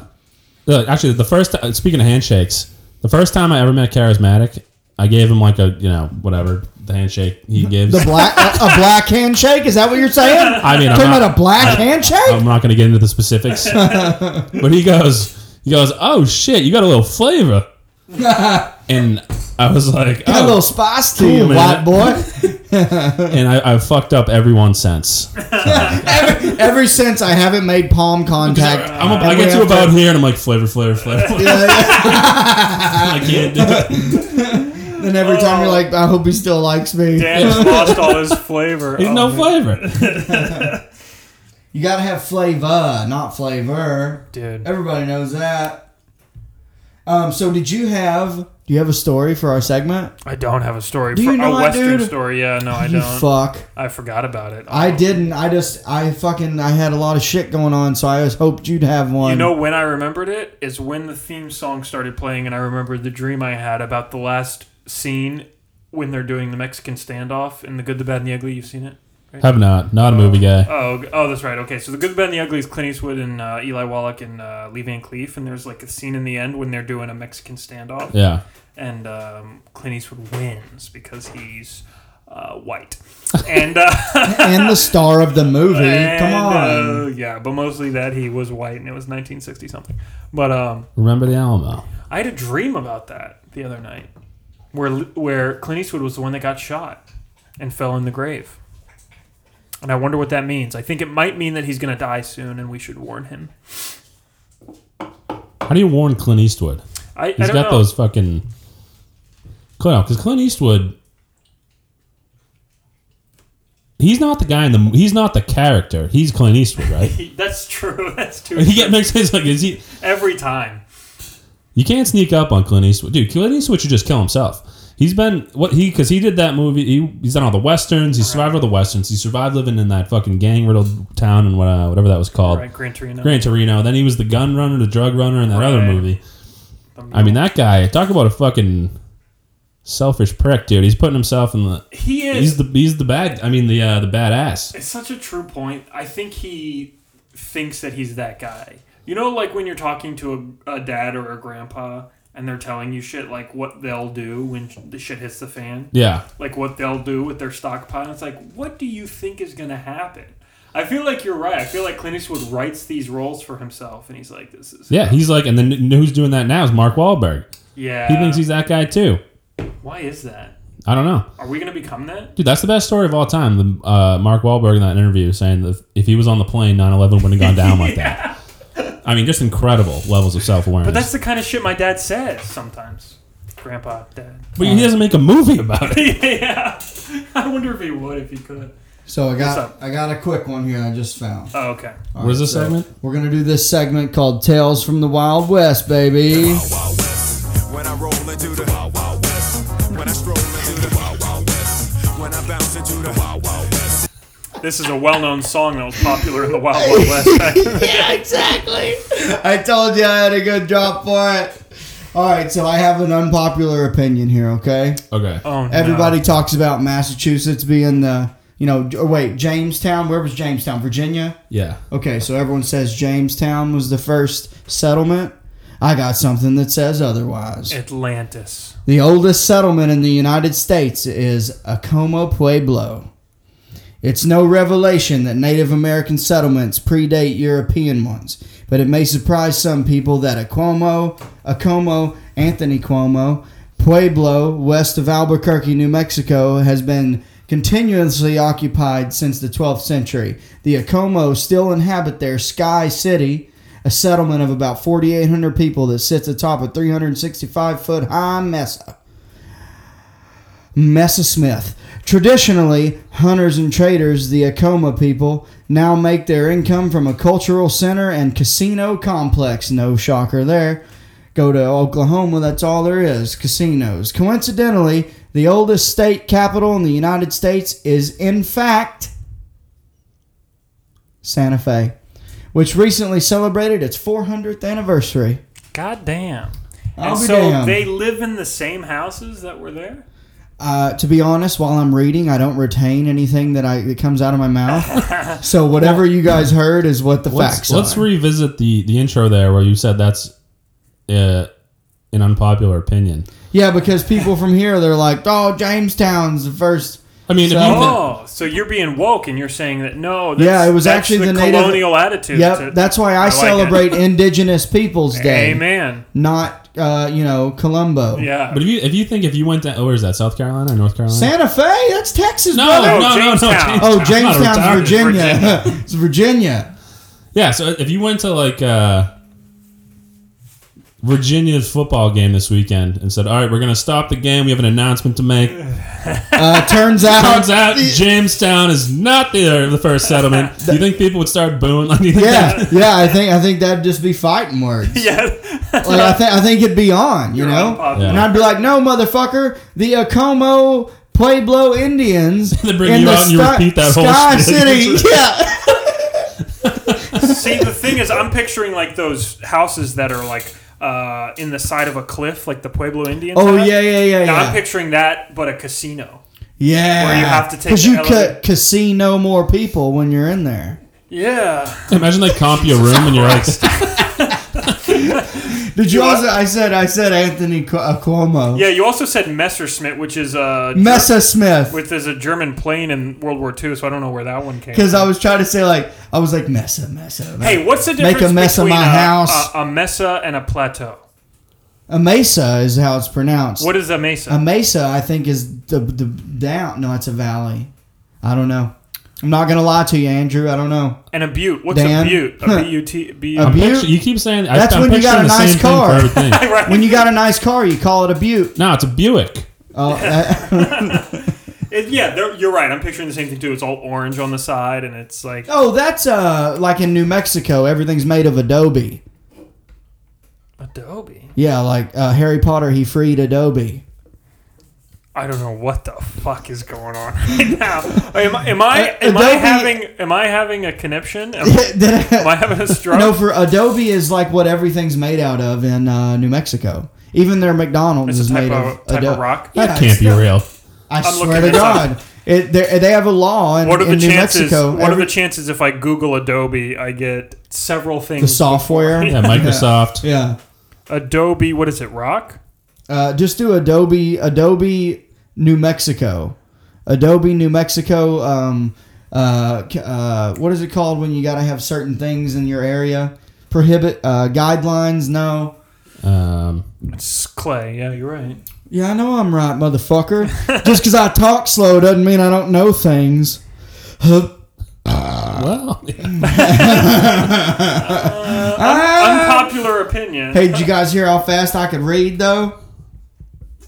look, actually the first uh, speaking of handshakes, the first time I ever met charismatic, I gave him like a you know whatever the handshake he gives.
the black a, a black handshake is that what you're saying?
I mean, I'm
talking
not-
about a black handshake.
I'm not going to get into the specifics, but he goes, he goes, oh shit, you got a little flavor, and I was like,
Got a little
oh,
spice to
Cool,
you, white
man.
boy.
and I, I fucked up everyone since.
Ever, ever since I haven't made palm contact,
I'm a, I
And we
get to
have
about here, and I'm like, flavor, flavor, flavor. I can't do it.
and every time you're like, I hope he still likes me.
Dan has lost all his flavor.
There's
Oh,
no
man.
flavor.
You gotta have flavor, not flavor.
Dude.
Everybody knows that. Um, so did you have? Do you have a story for our segment?
I don't have a story.
Do
for,
you know
a
that,
Western
dude?
story. Yeah, no, I
you
don't.
fuck.
I forgot about it.
I
Oh.
didn't. I just. I fucking. I had a lot of shit going on, so I always hoped you'd have one.
You know when I remembered it is when the theme song started playing, and I remembered the dream I had about the last scene when they're doing the Mexican standoff in The Good, the Bad, and the Ugly. You've seen it.
Have not, not a movie guy.
Oh, g- oh, that's right. Okay, so the Good, the Bad, and the Ugly is Clint Eastwood and uh, Eli Wallach and uh, Lee Van Cleef, and there's like a scene in the end when they're doing a Mexican standoff,
Yeah,
and um, Clint Eastwood wins because he's uh, white, and uh,
and the star of the movie.
and,
Come on.
uh, yeah, but mostly that he was white, and it was 1960 something. But um,
remember the Alamo?
I had a dream about that the other night, where where Clint Eastwood was the one that got shot and fell in the grave. And I wonder what that means. I think it might mean that he's going to die soon, and we should warn him.
How do you warn Clint Eastwood?
I, I
He's
don't
got
know.
those fucking Clint because Clint Eastwood. He's not the guy in the. He's not the character. He's Clint Eastwood, right?
He- that's true. That's true.
he get mixed. It's like is he?
Every time.
You can't sneak up on Clint Eastwood, dude. Clint Eastwood should just kill himself. He's been what he because he did that movie. He, he's done all the westerns. He survived all the westerns. He survived living in that fucking gang riddled town and what, uh, whatever that was called,
Right, Gran Torino.
Gran Torino. Then he was the gun runner, the drug runner in that other
Right.
movie.
The-
I mean, that guy. Talk about a fucking selfish prick, dude. He's putting himself in the.
he is.
He's the he's the bad. I mean the uh, the badass.
It's such a true point. I think he thinks that he's that guy. You know, like when you're talking to a, a dad or a grandpa and they're telling you shit like what they'll do when sh- the shit hits the fan?
Yeah,
like what they'll do with their stockpile. It's like, what do you think is going to happen? I feel like you're right. I feel like Clint Eastwood writes these roles for himself, and he's like, this is
yeah. He's like, and then who's doing that now is Mark Wahlberg.
yeah.
He thinks he's that guy too.
Why is that?
I don't know.
Are we going to become that?
Dude, that's the best story of all time. The, uh, Mark Wahlberg in that interview saying that if he was on the plane, 9 11 wouldn't have gone down like that. I mean, just incredible levels of self awareness.
But that's the kind of shit my dad says sometimes. Grandpa, dad.
he doesn't make a movie about it.
yeah. I wonder if he would if he could.
So I
What's up?
got I got a quick one here I just found.
Oh, okay.
What is this
So,
segment?
We're gonna do this segment called Tales from the Wild West, baby.
Wild West. When I roll into the Wild Wild West. When I stroll into the Wild Wild West. When I bounce into the Wild Wild West.
This is a well-known song that was popular in the Wild Wild West. Back in the
yeah, exactly. I told you I had a good drop for it. All right, so I have an unpopular opinion here, okay?
Okay.
Oh, no.
Everybody talks about Massachusetts being the, you know, or wait, Jamestown. Where was Jamestown? Virginia?
Yeah.
Okay, so everyone says Jamestown was the first settlement. I got something that says otherwise.
Atlantis.
The oldest settlement in the United States is Acomo Pueblo. It's no revelation that Native American settlements predate European ones, but it may surprise some people that Acomo, Acomo, Anthony Cuomo, Pueblo, west of Albuquerque, New Mexico, has been continuously occupied since the 12th century. The Acomo still inhabit their Sky City, a settlement of about 4,800 people that sits atop a 365 foot high mesa. Mesa Smith. Traditionally, hunters and traders, the Acoma people, now make their income from a cultural center and casino complex. No shocker there. Go to Oklahoma, that's all there is casinos. Coincidentally, the oldest state capital in the United States is, in fact, Santa Fe, which recently celebrated its 400th anniversary.
God damn.
I'll
and
be
so
damned.
they live in the same houses that were there?
Uh, to be honest, while I'm reading, I don't retain anything that I that comes out of my mouth. so whatever you guys heard is what the
Let's,
facts
let's
are.
revisit the the intro there where you said that's uh, an unpopular opinion.
yeah, because people from here they're like, "Oh, Jamestown's the first.
I mean,
So-
if you think,
Oh, so you're being woke and you're saying that no, that's,
Yeah, it was
that's
actually the
the,
native-
colonial attitude. to-
Yep, that's why I,
like it.
celebrate Indigenous Peoples Day,
Amen.
not uh, you know Colombo.
Yeah.
but if you if you think if you went to oh, where is that South Carolina, North Carolina?
Santa Fe, that's Texas,
no,
brother.
no, no, no,
Jamestown.
Oh,
I'm not
Jamestown's
retarded.
Virginia. it's Virginia.
Yeah, so if you went to like uh, Virginia's football game this weekend and said, "All right, we're gonna stop the game. We have an announcement to make."
Uh, turns out,
Turns out Jamestown is not the the first settlement. Do you think people would start booing? Like, do you think that-
yeah, yeah. I think I think that'd just be fighting words.
yeah.
Like I think I think it'd be on, you
You're
know.
unpopular.
And I'd be like, no, motherfucker, the Acomo Pueblo Indians.
They bring
in
you
the
out and you
Sky-
repeat that whole
Sky
shit.
City. yeah.
See, the thing is, I'm picturing like those houses that are like uh, in the side of a cliff, like the Pueblo Indians.
Oh
have.
yeah, yeah, yeah,
Now I'm
yeah.
picturing that, but a casino.
yeah.
where you have to take
because
the
you
elevator.
ca- casino more people when you're in there.
Yeah.
Imagine they comp you a room and you're like,
Did you
You
also? I said I said Anthony Cu- uh, Cuomo.
Yeah. You also said Messerschmitt, which is a
Mesa Smith.
which is a German plane in World War II. So I don't know where that one came.
Because
from.
I was trying to say like I was like Mesa Mesa.
hey, what's the
Make a
difference
mess of
between
my
a,
house.
A, a mesa and a plateau?
a mesa is how it's pronounced.
What is a mesa?
A mesa, I think, is the, the down. No, it's a valley. I don't know. I'm not gonna lie to you, Andrew. I don't know.
and a butte. What's
Dan?
a butte? A B U T B U.
A
I'm
bu-
pictu- you keep saying I-
That's
I'm
when you got
picturing
a
the
nice
same thing for
car.
everything.
Right.
When you got a nice car, you call it a butte.
no, it's a Buick.
Oh, that-
It- yeah, they're- you're right. I'm picturing the same thing too. It's all orange on the side, and it's like
oh, that's uh, like in New Mexico, everything's made of adobe.
Adobe.
Yeah, like uh, Harry Potter, he freed adobe.
I don't know what the fuck is going on right now. Am, I- am I
Uh,
am I
Adobe-
having am I having a conniption? Am, I- am I having a stroke?
no, for adobe is like what everything's made out of in uh, New Mexico. Even their McDonald's
It's a
is
type
made
of-
of
type
adobe.
of rock?
Yeah,
That
it's
can't be
the-
real.
I
I'm
swear
looking
to
this up.
God, it, they they have a law in,
what are the
in New
chances?
Mexico.
what are
every-
the chances if I Google Adobe, I get several
the
things?
software?
Yeah, Microsoft.
Yeah.
Adobe, what is it? Rock?
Uh, just do Adobe Adobe New Mexico. Adobe New Mexico. Um, uh, c- uh, what is it called when you got to have certain things in your area? Prohibit uh, guidelines? No.
Um,
It's clay. Yeah, you're right.
Yeah, I know I'm right, motherfucker. just because I talk slow doesn't mean I don't know things. Huh.
well, yeah.
Unpopular opinion.
Ah! Hey, did you guys hear how fast I could read though?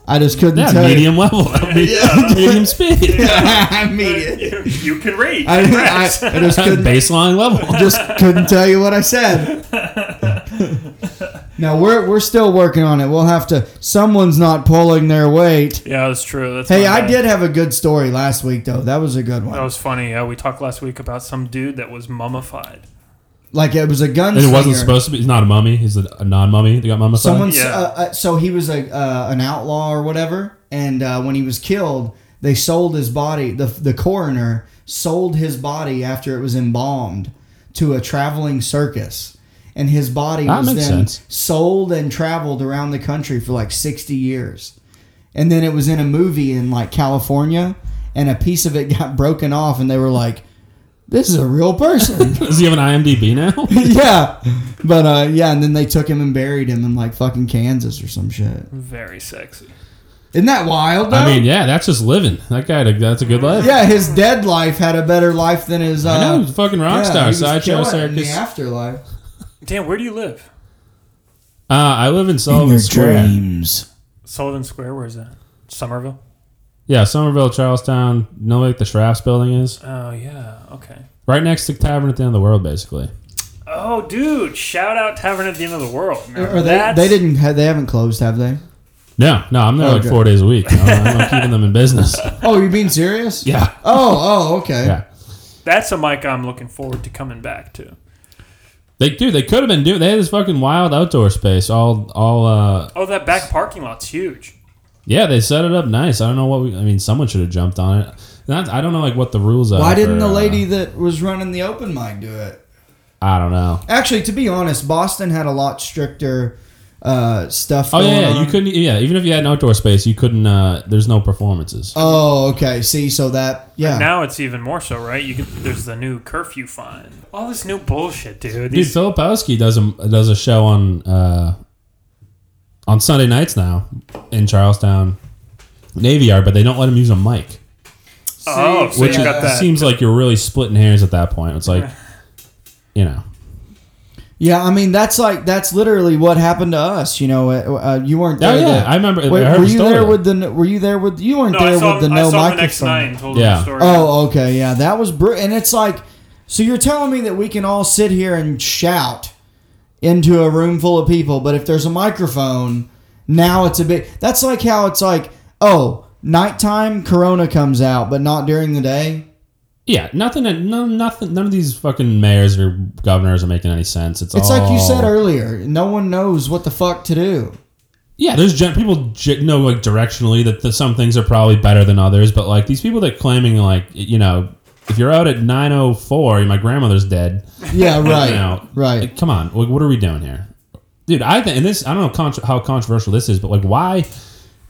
I just couldn't
Yeah,
tell
medium level. That would be medium speed.
you. medium.
You, you can read.
I, I,
Congrats.
I just couldn't
Baseline level.
just couldn't tell you what I said. No, we're we're still working on it. We'll have to. Someone's not pulling their weight.
Yeah, that's true. That's
Hey,
my
I
bad.
did have a good story last week though. That was a good one.
That
Oh.
was funny. Yeah, we talked last week about some dude that was mummified.
like it was a gun.
And it wasn't supposed to be. He's not a mummy. He's a, a non-mummy. They got mummified.
Someone's
Yeah.
uh, uh, so he was a uh, an outlaw or whatever, and uh, when he was killed, they sold his body. the The coroner sold his body after it was embalmed to a traveling circus, and his body
That
was
makes
then
sense.
sold and traveled around the country for like sixty years, and then it was in a movie in like California, and a piece of it got broken off, and they were like, "This is a real person."
Does he have an IMDb now?
yeah. But uh yeah, and then they took him and buried him in like fucking Kansas or some shit.
Very sexy.
Isn't that wild though?
I mean, yeah, that's just living. That guy, that's a good life.
yeah, his dead life had a better life than his uh
I know, he's a fucking rock
yeah,
star,
he was
sideshow
killing it in the
circus. Uh,
afterlife.
Damn, where do you live?
Uh, I live in Sullivan Square.
dreams.
Sullivan Square. Where is that? Somerville.
Yeah, Somerville, Charlestown. You know, like the Shraffs building is
Oh yeah. Okay.
right next to Tavern at the End of the World, basically.
Oh, dude! Shout out Tavern at the End of the World. Now,
Or they,
that's-
they didn't have, they haven't closed, have they?
No, no, I'm there like
Oh, Okay.
four days a week. I'm, I'm keeping them in business.
Oh, you being serious?
Yeah,
Oh, oh, okay.
yeah.
That's a mic I'm looking forward to coming back to.
They do. They could have been doing. They had this fucking wild outdoor space. All, all. uh
Oh, that back parking lot's huge.
Yeah, they set it up nice. I don't know what. We, I mean, someone should have jumped on it. Not, I don't know like what the rules are.
Why didn't
for,
the
uh,
lady that was running the open mic do it?
I don't know.
Actually, to be honest, Boston had a lot stricter uh, stuff.
Oh
going
yeah, yeah,
on.
you couldn't. Yeah, even if you had an outdoor space, you couldn't. uh There's no performances.
Oh, okay. See, so that yeah.
Now it's even more so, right? You can, there's the new curfew fine. All this new bullshit, dude.
Dude,
These,
Filipowski does a does a show on uh, on Sunday nights now in Charlestown Navy Yard, but they don't let him use a mic,
oh, so
which
you
is-
got that.
seems like you're really splitting hairs at that point. It's like, you know,
Yeah, I mean that's like that's literally what happened to us. You know, uh, uh, you weren't
oh
there.
yeah,
the-
I remember.
Wait,
I heard
were
the
you
story.
there with the? Were you there with? You weren't
no,
there
I saw,
with the
him,
no
I saw
microphone.
him the next night and told him the
Yeah.
story.
Oh, okay, yeah, that was brutal. And it's like, so you're telling me that we can all sit here and shout into a room full of people, but if there's a microphone, now it's a bit. That's like how it's like, oh, nighttime Corona comes out, but not during the day.
yeah, nothing. No, nothing. None of these fucking mayors or governors are making any sense. It's
It's like you said
all-
earlier. No one knows what the fuck to do.
Yeah, there's gen- people ge- know like directionally that the, some things are probably better than others, but like these people that claiming like you know if you're out at 9:04, my grandmother's dead.
Yeah, right,
You know,
right.
like, come on, like, what are we doing here, dude? I think and this I don't know contr how controversial this is, but like why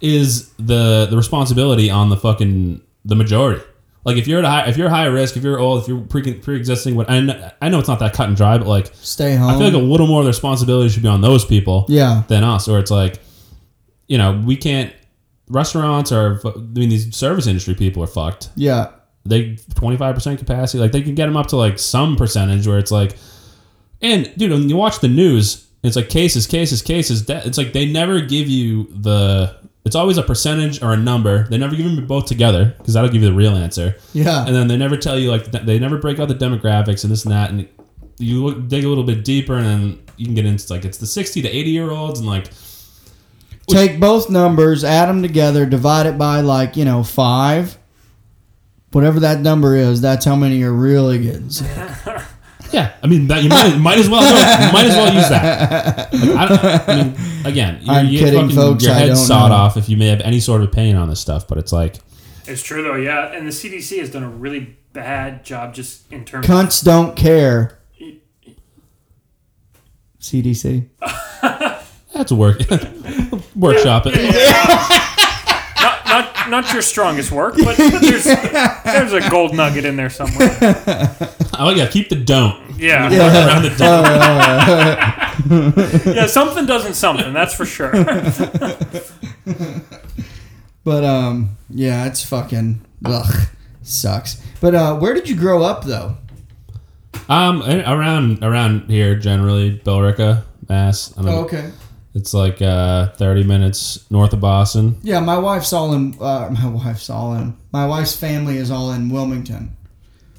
is the the responsibility on the fucking the majority? Like if you're at a high, if you're high risk, if you're old, if you're pre pre-existing, what I know, I know it's not that cut and dry, but like
Stay home.
I feel like a little more of the responsibility should be on those people
Yeah.
than us. Or it's like, you know, we can't. Restaurants are. I mean, these service industry people are fucked.
yeah,
They twenty five percent capacity. Like they can get them up to like some percentage where it's like, and dude, when you watch the news, it's like cases, cases, cases. That it's like they never give you the. It's always a percentage or a number. They never give them both together because that'll give you the real answer.
yeah.
And then they never tell you like th- they never break out the demographics and this and that. And you look, dig a little bit deeper, and then you can get into like it's the sixty to eighty year olds and like
Take both numbers, add them together, divide it by like you know five. Whatever that number is, that's how many are really getting sick.
Yeah, I mean that you might, might as well go- might as well use that. Like, I, don't, I mean, again, you're,
I'm
you
kidding,
fucking,
folks,
Your
I
head's
don't
sawed
know.
off if you may have any sort of opinion on this stuff, but it's like
It's true though, yeah. And the CDC has done a really bad job just in terms. of...
Cunts don't care. CDC.
that's a work workshop. It.
Not, not, not your strongest work, but there's there's a gold nugget in there somewhere.
Oh yeah, keep the don't.
Yeah,
Oh,
yeah.
Around the don't.
something doesn't something. That's for sure.
But um, yeah, it's fucking ugh, sucks. But uh, where did you grow up though?
Um, and around around here generally, Billerica, Mass. I mean,
Oh, okay.
It's like uh, thirty minutes north of Boston.
Yeah, my wife's all in. Uh, my wife's all in. My wife's family is all in Wilmington.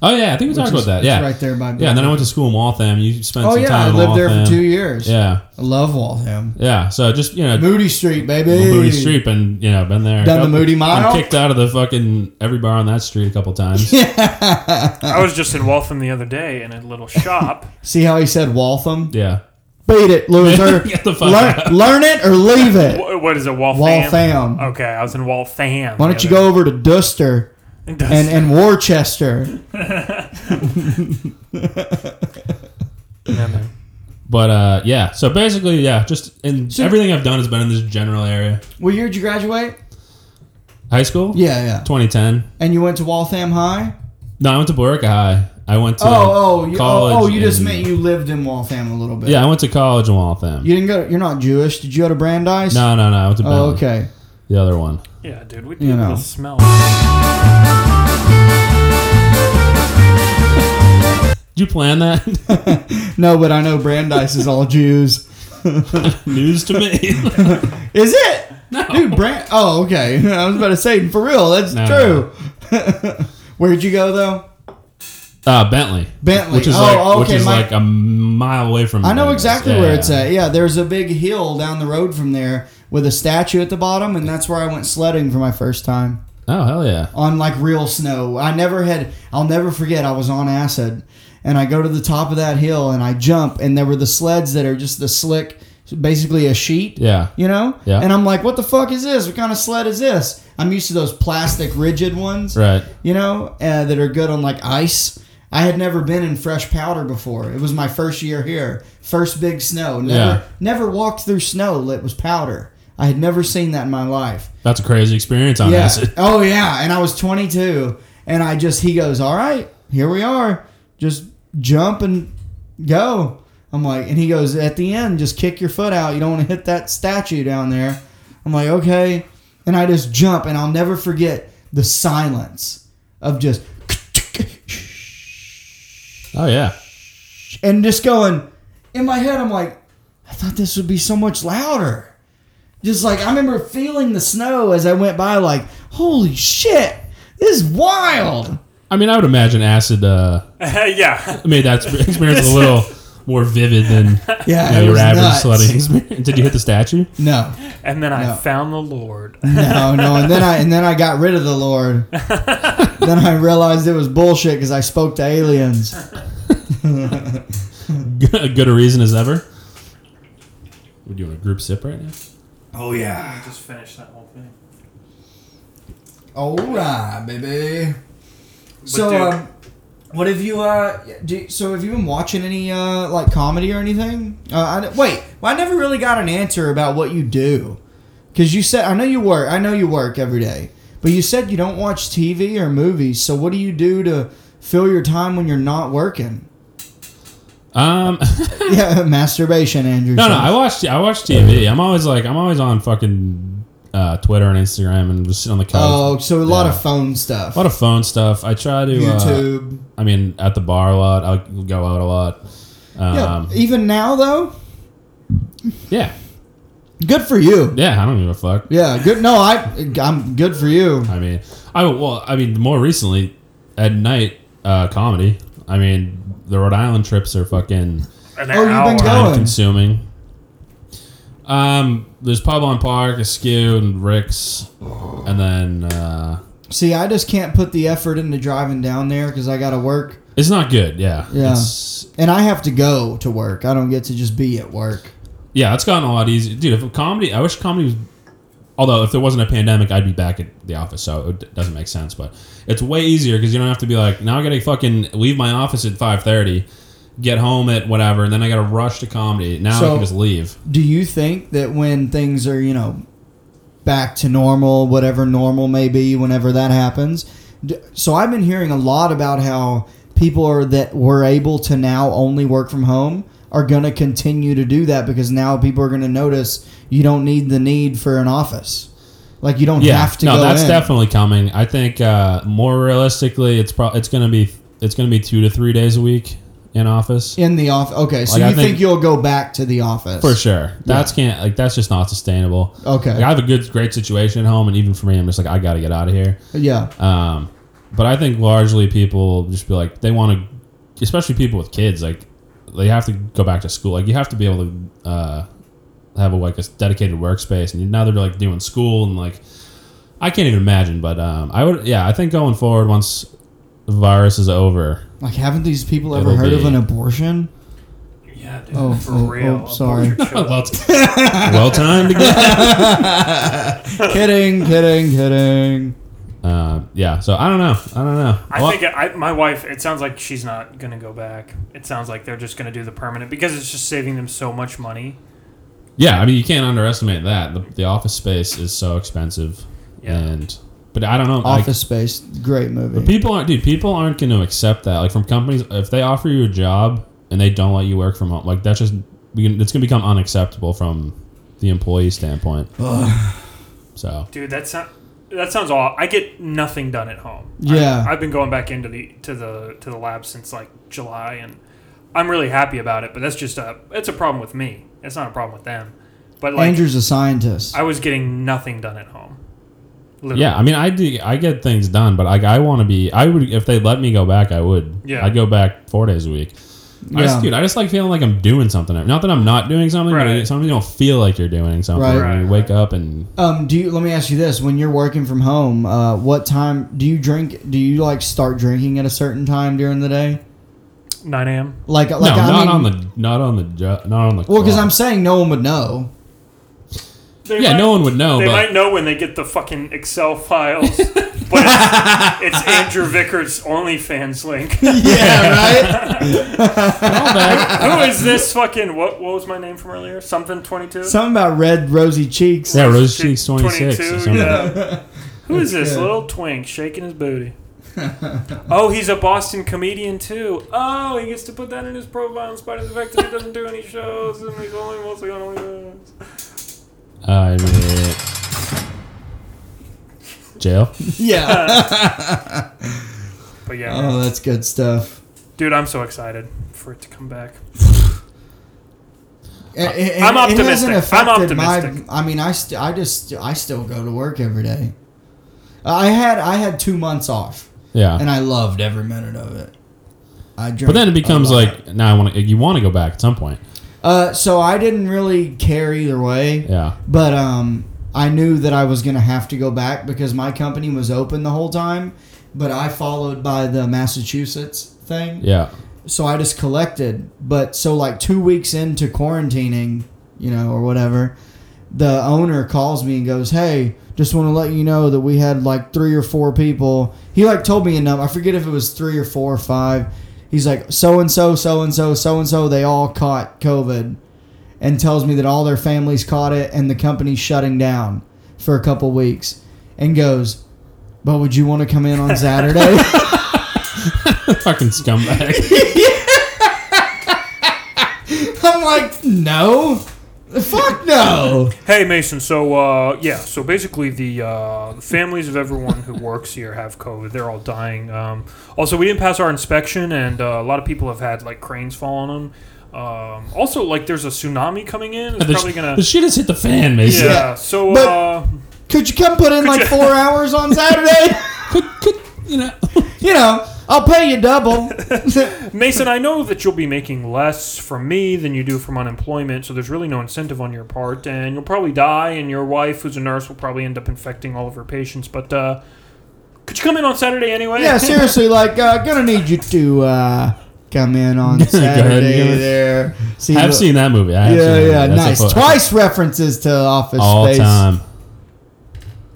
Oh yeah, I think we talked
is-
about that.
it's
Yeah,
right there by
Yeah, and then I went to school in Waltham. You spent
Oh
some
yeah,
time.
I
in
lived there for
Waltham.
two years.
Yeah,
I love Waltham.
yeah. So just you know,
Moody Street, baby.
Moody Street, and you know, been there.
Done the
Couple-
Moody Mile?
Been kicked out of the fucking every bar on that street a couple times.
I was just in Waltham the other day in a little shop.
See how he said Waltham?
yeah.
Beat it, loser.
Get the fuck out.
learn, learn it or leave it.
Wh- what is it, Waltham?
Waltham.
Okay, I was in Waltham.
Why don't you go over to Duster
And,
and, and Worcester?
But uh, yeah. So basically, yeah. Just and everything I've done has been in this general area.
What year did you graduate?
High school.
Yeah, yeah.
2010.
And you went to Waltham High?
No, I went to Borica High. I went to
Oh, oh, you,
college.
oh, oh, you just
in-
meant you lived in Waltham a little bit.
Yeah, I went to college in Waltham.
You didn't go. You're not Jewish. Did you go to Brandeis?
no, no, no. I went to
Oh,
Bentley,
okay.
the other one.
yeah, dude, we do
You know.
the smell.
Did you plan that?
No, but I know Brandeis is all Jews.
News to me.
Is it? No. Dude, Brand. Oh, okay. I was about to say for real. That's
No,
true. Where'd you go though?
uh, Bentley.
Bentley.
Which is
Oh,
like
okay,
which is
my-
like a mile away from.
I know
Vegas.
exactly
Yeah,
where
yeah.
it's at. Yeah, there's a big hill down the road from there with a statue at the bottom, and that's where I went sledding for my first time
Oh hell yeah.
on like real snow. I never had. I'll never forget. I was on acid, and I go to the top of that hill and I jump, and there were the sleds that are just the slick, basically a sheet.
Yeah.
You know?
Yeah.
And I'm like, what the fuck is this? What kind of sled is this? I'm used to those plastic rigid ones.
Right.
You know, uh, that are good on like ice. I had never been in fresh powder before. It was my first year here. First big snow. Never
Yeah.
never walked through snow that was powder. I had never seen that in my life.
That's a crazy experience on
Yeah.
acid.
Oh yeah. And I was 22, and I just he goes, all right, here we are. Just jump and go. I'm like, and he goes at the end, just kick your foot out. You don't want to hit that statue down there. I'm like, okay. And I just jump, and I'll never forget the silence of just
Oh yeah.
and just going in my head. I'm like, I thought this would be so much louder. Just like I remember feeling the snow as I went by, like, holy shit, this is wild.
I mean, I would imagine acid uh,
yeah,
made that sp- experience a little more vivid than
Yeah,
you know,
it
your
was
average
nuts.
sledding experience. Did you hit the statue?
No,
and then I
No.
found the Lord.
no, no. And then I and then I got rid of the Lord. then I realized it was bullshit because I spoke to aliens.
Good good a reason as ever. We're doing a group sip right now.
Oh yeah.
Just finish that whole thing.
All right, baby. so,
dude-
um, what have you? Uh, do, so have you been watching any uh, like comedy or anything? Uh, I, wait, well, I never really got an answer about what you do, because you said I know you work. I know you work every day, but you said you don't watch TV or movies. So what do you do to fill your time when you're not working?
Um,
yeah, masturbation, Andrew.
no, no. I watched. I watch TV. I'm always like. I'm always on fucking uh, Twitter and Instagram, and just sitting on the couch.
Oh, so a lot
Yeah.
of phone stuff.
a lot of phone stuff. I try to. Uh,
YouTube.
I mean, at the bar a lot. I go out a lot.
yeah,
Um, yeah.
even now though,
yeah,
good for you.
I don't give a fuck.
Yeah, good. No, I, I'm good for you.
I mean, I well, I mean, more recently at night uh, comedy. I mean, the Rhode Island trips are fucking
An
Oh, you've been
hour.
going.
time consuming. Um, there's Pablo and Park, Askew, and Rick's, and then uh,
See, I just can't put the effort into driving down there because I got to work,
it's not good. Yeah,
Yeah.
It's,
and I have to go to work. I don't get to just be at work.
yeah, it's gotten a lot easier, dude. If comedy, I wish comedy was. Although if there wasn't a pandemic, I'd be back at the office, so it d- doesn't make sense. But it's way easier because you don't have to be like, now I gotta fucking leave my office at five thirty, get home at whatever, and then I gotta rush to comedy. Now I
So-
can just leave.
Do you think that when things are, you know, back to normal, whatever normal may be, whenever that happens? d- So I've been hearing a lot about how people are that were able to now only work from home are going to continue to do that because now people are going to notice you don't need the need for an office. Like you don't
yeah,
have to
no,
go
that's
in.
definitely coming. I think uh, more realistically, it's probably it's gonna be it's gonna be two to three days a week in office
in the office. Okay, so
Like, I
you think,
think-
you'll go back to the office
for sure. That's can't like that's just not sustainable.
Oh, Okay.
Like, I have a good great situation at home, and even for me, I'm just like I gotta get out of here.
Yeah,
Um, but I think largely people just be like they want to, especially people with kids. Like they have to go back to school. Like you have to be able to uh, have a like a dedicated workspace. And now they're like doing school and like I can't even imagine. But um, I would yeah I think going forward once the virus is over.
Like, haven't these people ever
It'll
heard of
be-
an abortion?
Yeah, dude,
Oh,
for
oh,
real.
oh, sorry.
Abortion show.
Well, t- well timed again.
kidding, kidding, kidding.
Uh, yeah, so I don't know. I don't know.
I
Well,
think I, my wife. It sounds like she's not gonna go back. It sounds like they're just gonna do the permanent because it's just saving them so much money.
yeah, I mean, you can't underestimate that. The, the office space is so expensive,
Yeah.
and but I don't know. like,
Office Space, great movie.
people aren't, dude. People aren't going to accept that. Like from companies, if they offer you a job and they don't let you work from home, like that's just we can- it's going to become unacceptable from the employee standpoint. so
Dude, that sound, that sounds all. I get nothing done at home.
Yeah.
I, have been going back into the to the to the lab since like July, and I'm really happy about it. But that's just a it's a problem with me. It's not a problem with them. But like
Andrew's a scientist.
I was getting nothing done at home. Literally.
yeah, I mean, I do. I get things done, but like I want to be. I would if they let me go back, I would.
Yeah.
I'd go back four days a week.
Yeah.
I just, dude, I just like feeling like I'm doing something. Not that I'm not doing something, but
Right.
it- sometimes you don't feel like you're doing something.
Right.
When you
Right.
wake up and
Um, do you? Let me ask you this: When you're working from home, uh, what time do you drink? Do you like start drinking at a certain time during the day?
Nine a.m.
Like, like
no,
I
not
mean,
on the not on the jo- not on the.
well, because
clock.
I'm saying no one would know.
They
Yeah,
might-
no one would know,
They
but
might know when they get the fucking Excel files, but it's, it's Andrew Vickers' OnlyFans link.
yeah, right.
Who is this fucking? What, what was my name from earlier? Something twenty two.
Something about red rosy cheeks.
yeah, Rose Cheeks twenty six or something.
Yeah. Who is this
good.
little twink shaking his booty? oh, he's a Boston comedian too. Oh, he gets to put that in his profile in spite of the fact that he doesn't do any shows and he's only mostly on OnlyFans.
I mean, jail.
Yeah.
But yeah, man.
Oh, that's good stuff.
dude, I'm so excited for it to come back.
It- it- it
I'm optimistic.
hasn't
I'm
affected my-
optimistic.
I mean, I st- I just I still go to work every day. I had I had two months off,
Yeah,
and I loved every minute of it. I drank
but then it becomes
a lot.
like now I want to. You want to go back at some point.
Uh, so I didn't really care either way.
Yeah,
But um, I knew that I was gonna have to go back because my company was open the whole time. But I followed by the Massachusetts thing,
yeah,
so I just collected. But so like two weeks into quarantining, you know, or whatever, the owner calls me and goes, "Hey, just want to let you know that we had like three or four people." He like told me a number. I forget if it was three or four or five. He's like, "So and so, so and so, so and so, they all caught COVID," and tells me that all their families caught it and the company's shutting down for a couple weeks, and goes, "But would you want to come in on Saturday?"
fucking scumbag.
I'm like, "No, fuck no."
Hey Mason, so uh, yeah, so basically the uh, the families of everyone who works here have COVID. They're all dying. Um, also, we didn't pass our inspection, and uh, a lot of people have had like cranes fall on them. Um, also, like there's a tsunami coming in. It's
the,
probably gonna
the shit has hit the fan, Mason.
yeah.
Yeah.
So
But-
uh,
Could you come put in like
you-
four hours on Saturday?
You know,
you know, I'll pay you double.
Mason, I know that you'll be making less from me than you do from unemployment, so there's really no incentive on your part, and you'll probably die, and your wife, who's a nurse, will probably end up infecting all of her patients. But uh, could you come in on Saturday anyway?
yeah, seriously, like uh, gonna need you to uh, come in on
ahead and
Saturday
give it-
there. See,
I've
what-
seen that movie. I have seen
Yeah,
that
yeah,
movie. That's a
nice.
fu-
Twice references to Office
all
Space.
time.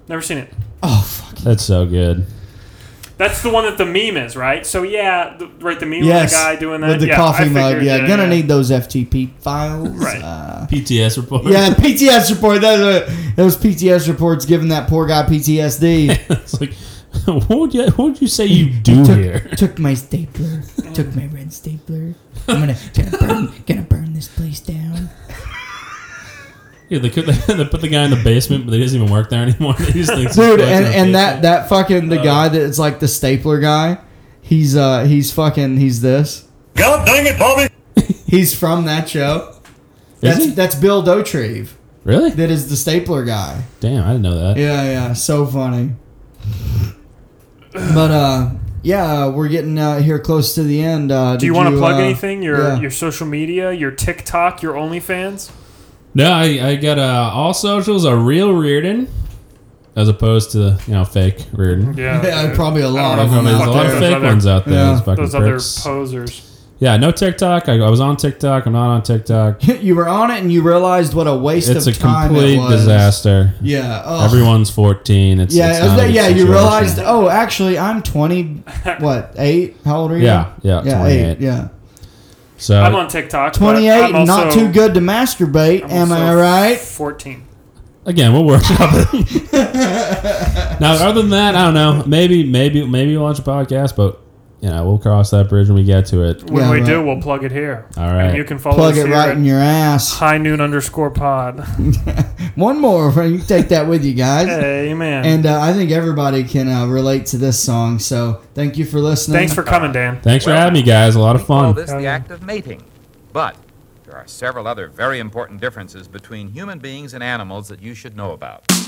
Never seen it.
Oh fuck.
That's so good.
That's the one that the meme is, right? So yeah, the, right. The meme
Yes,
of the guy doing that
with the
yeah, I
coffee
figured,
mug. Yeah, gonna
yeah.
need those FTP files.
Right.
Uh,
PTS report.
yeah, PTS report. That was, that was PTS reports giving that poor guy PTSD.
it's like, what would you what would you say you do
took,
here?
took my stapler. took my red stapler. I'm gonna gonna burn, gonna burn this place down.
Yeah, they, could, they, put the guy in the basement, but he doesn't even work there anymore. He just thinks
dude and, and that that fucking
Uh,
the guy that it's like the stapler guy he's uh he's fucking he's this
God dang it, Bobby!
he's from that show
Is
that's
he?
that's bill dotreve
really?
that is the stapler guy
Damn, I didn't know that.
yeah yeah so funny But uh, yeah, uh, we're getting uh, here close to the end. Uh,
Do you want to plug anything? Your
yeah.
your social media, your TikTok, your OnlyFans.
No, I, I got uh, all socials are real Reardon, as opposed to you know fake Reardon.
Yeah,
Yeah,
uh,
probably a lot
I
of them
don't know,
There's a
out
fuck
lot of
those
there.
fake
other-
ones out there.
Yeah.
those fucking
those other
pricks.
posers.
yeah, no TikTok. I, I was on TikTok. I'm not on TikTok.
you were on it and you realized what a waste
It's a
of time it
complete
was.
disaster.
Yeah. oh. ugh.
Everyone's 14. It's
Yeah,
it's
it was
not a
that-
good
yeah. You
situation.
realized, oh, actually, I'm 20. What eight? How old are you?
Yeah, yeah,
yeah,
28.
eight. Yeah,
So
I'm on TikTok. but
28.
I'm also,
not too good to masturbate.
I'm
am I
also
right?
Fourteen.
again, we'll workshop it. now, other than that, I don't know. Maybe, maybe, maybe launch a podcast, but you know, we'll cross that bridge when we get to it.
When
Yeah,
we
right.
do, we'll plug it here.
All right.
And you can follow
Plug
us
it
here
right
at
in your ass.
high noon underscore pod.
One more. You can take that with you guys.
Amen.
And uh, I think everybody can uh, relate to this song. So thank you for listening.
Thanks for coming, Dan.
Thanks for having me, guys. A lot of
We call
fun.
this the act of mating. But there are several other very important differences between human beings and animals that you should know about.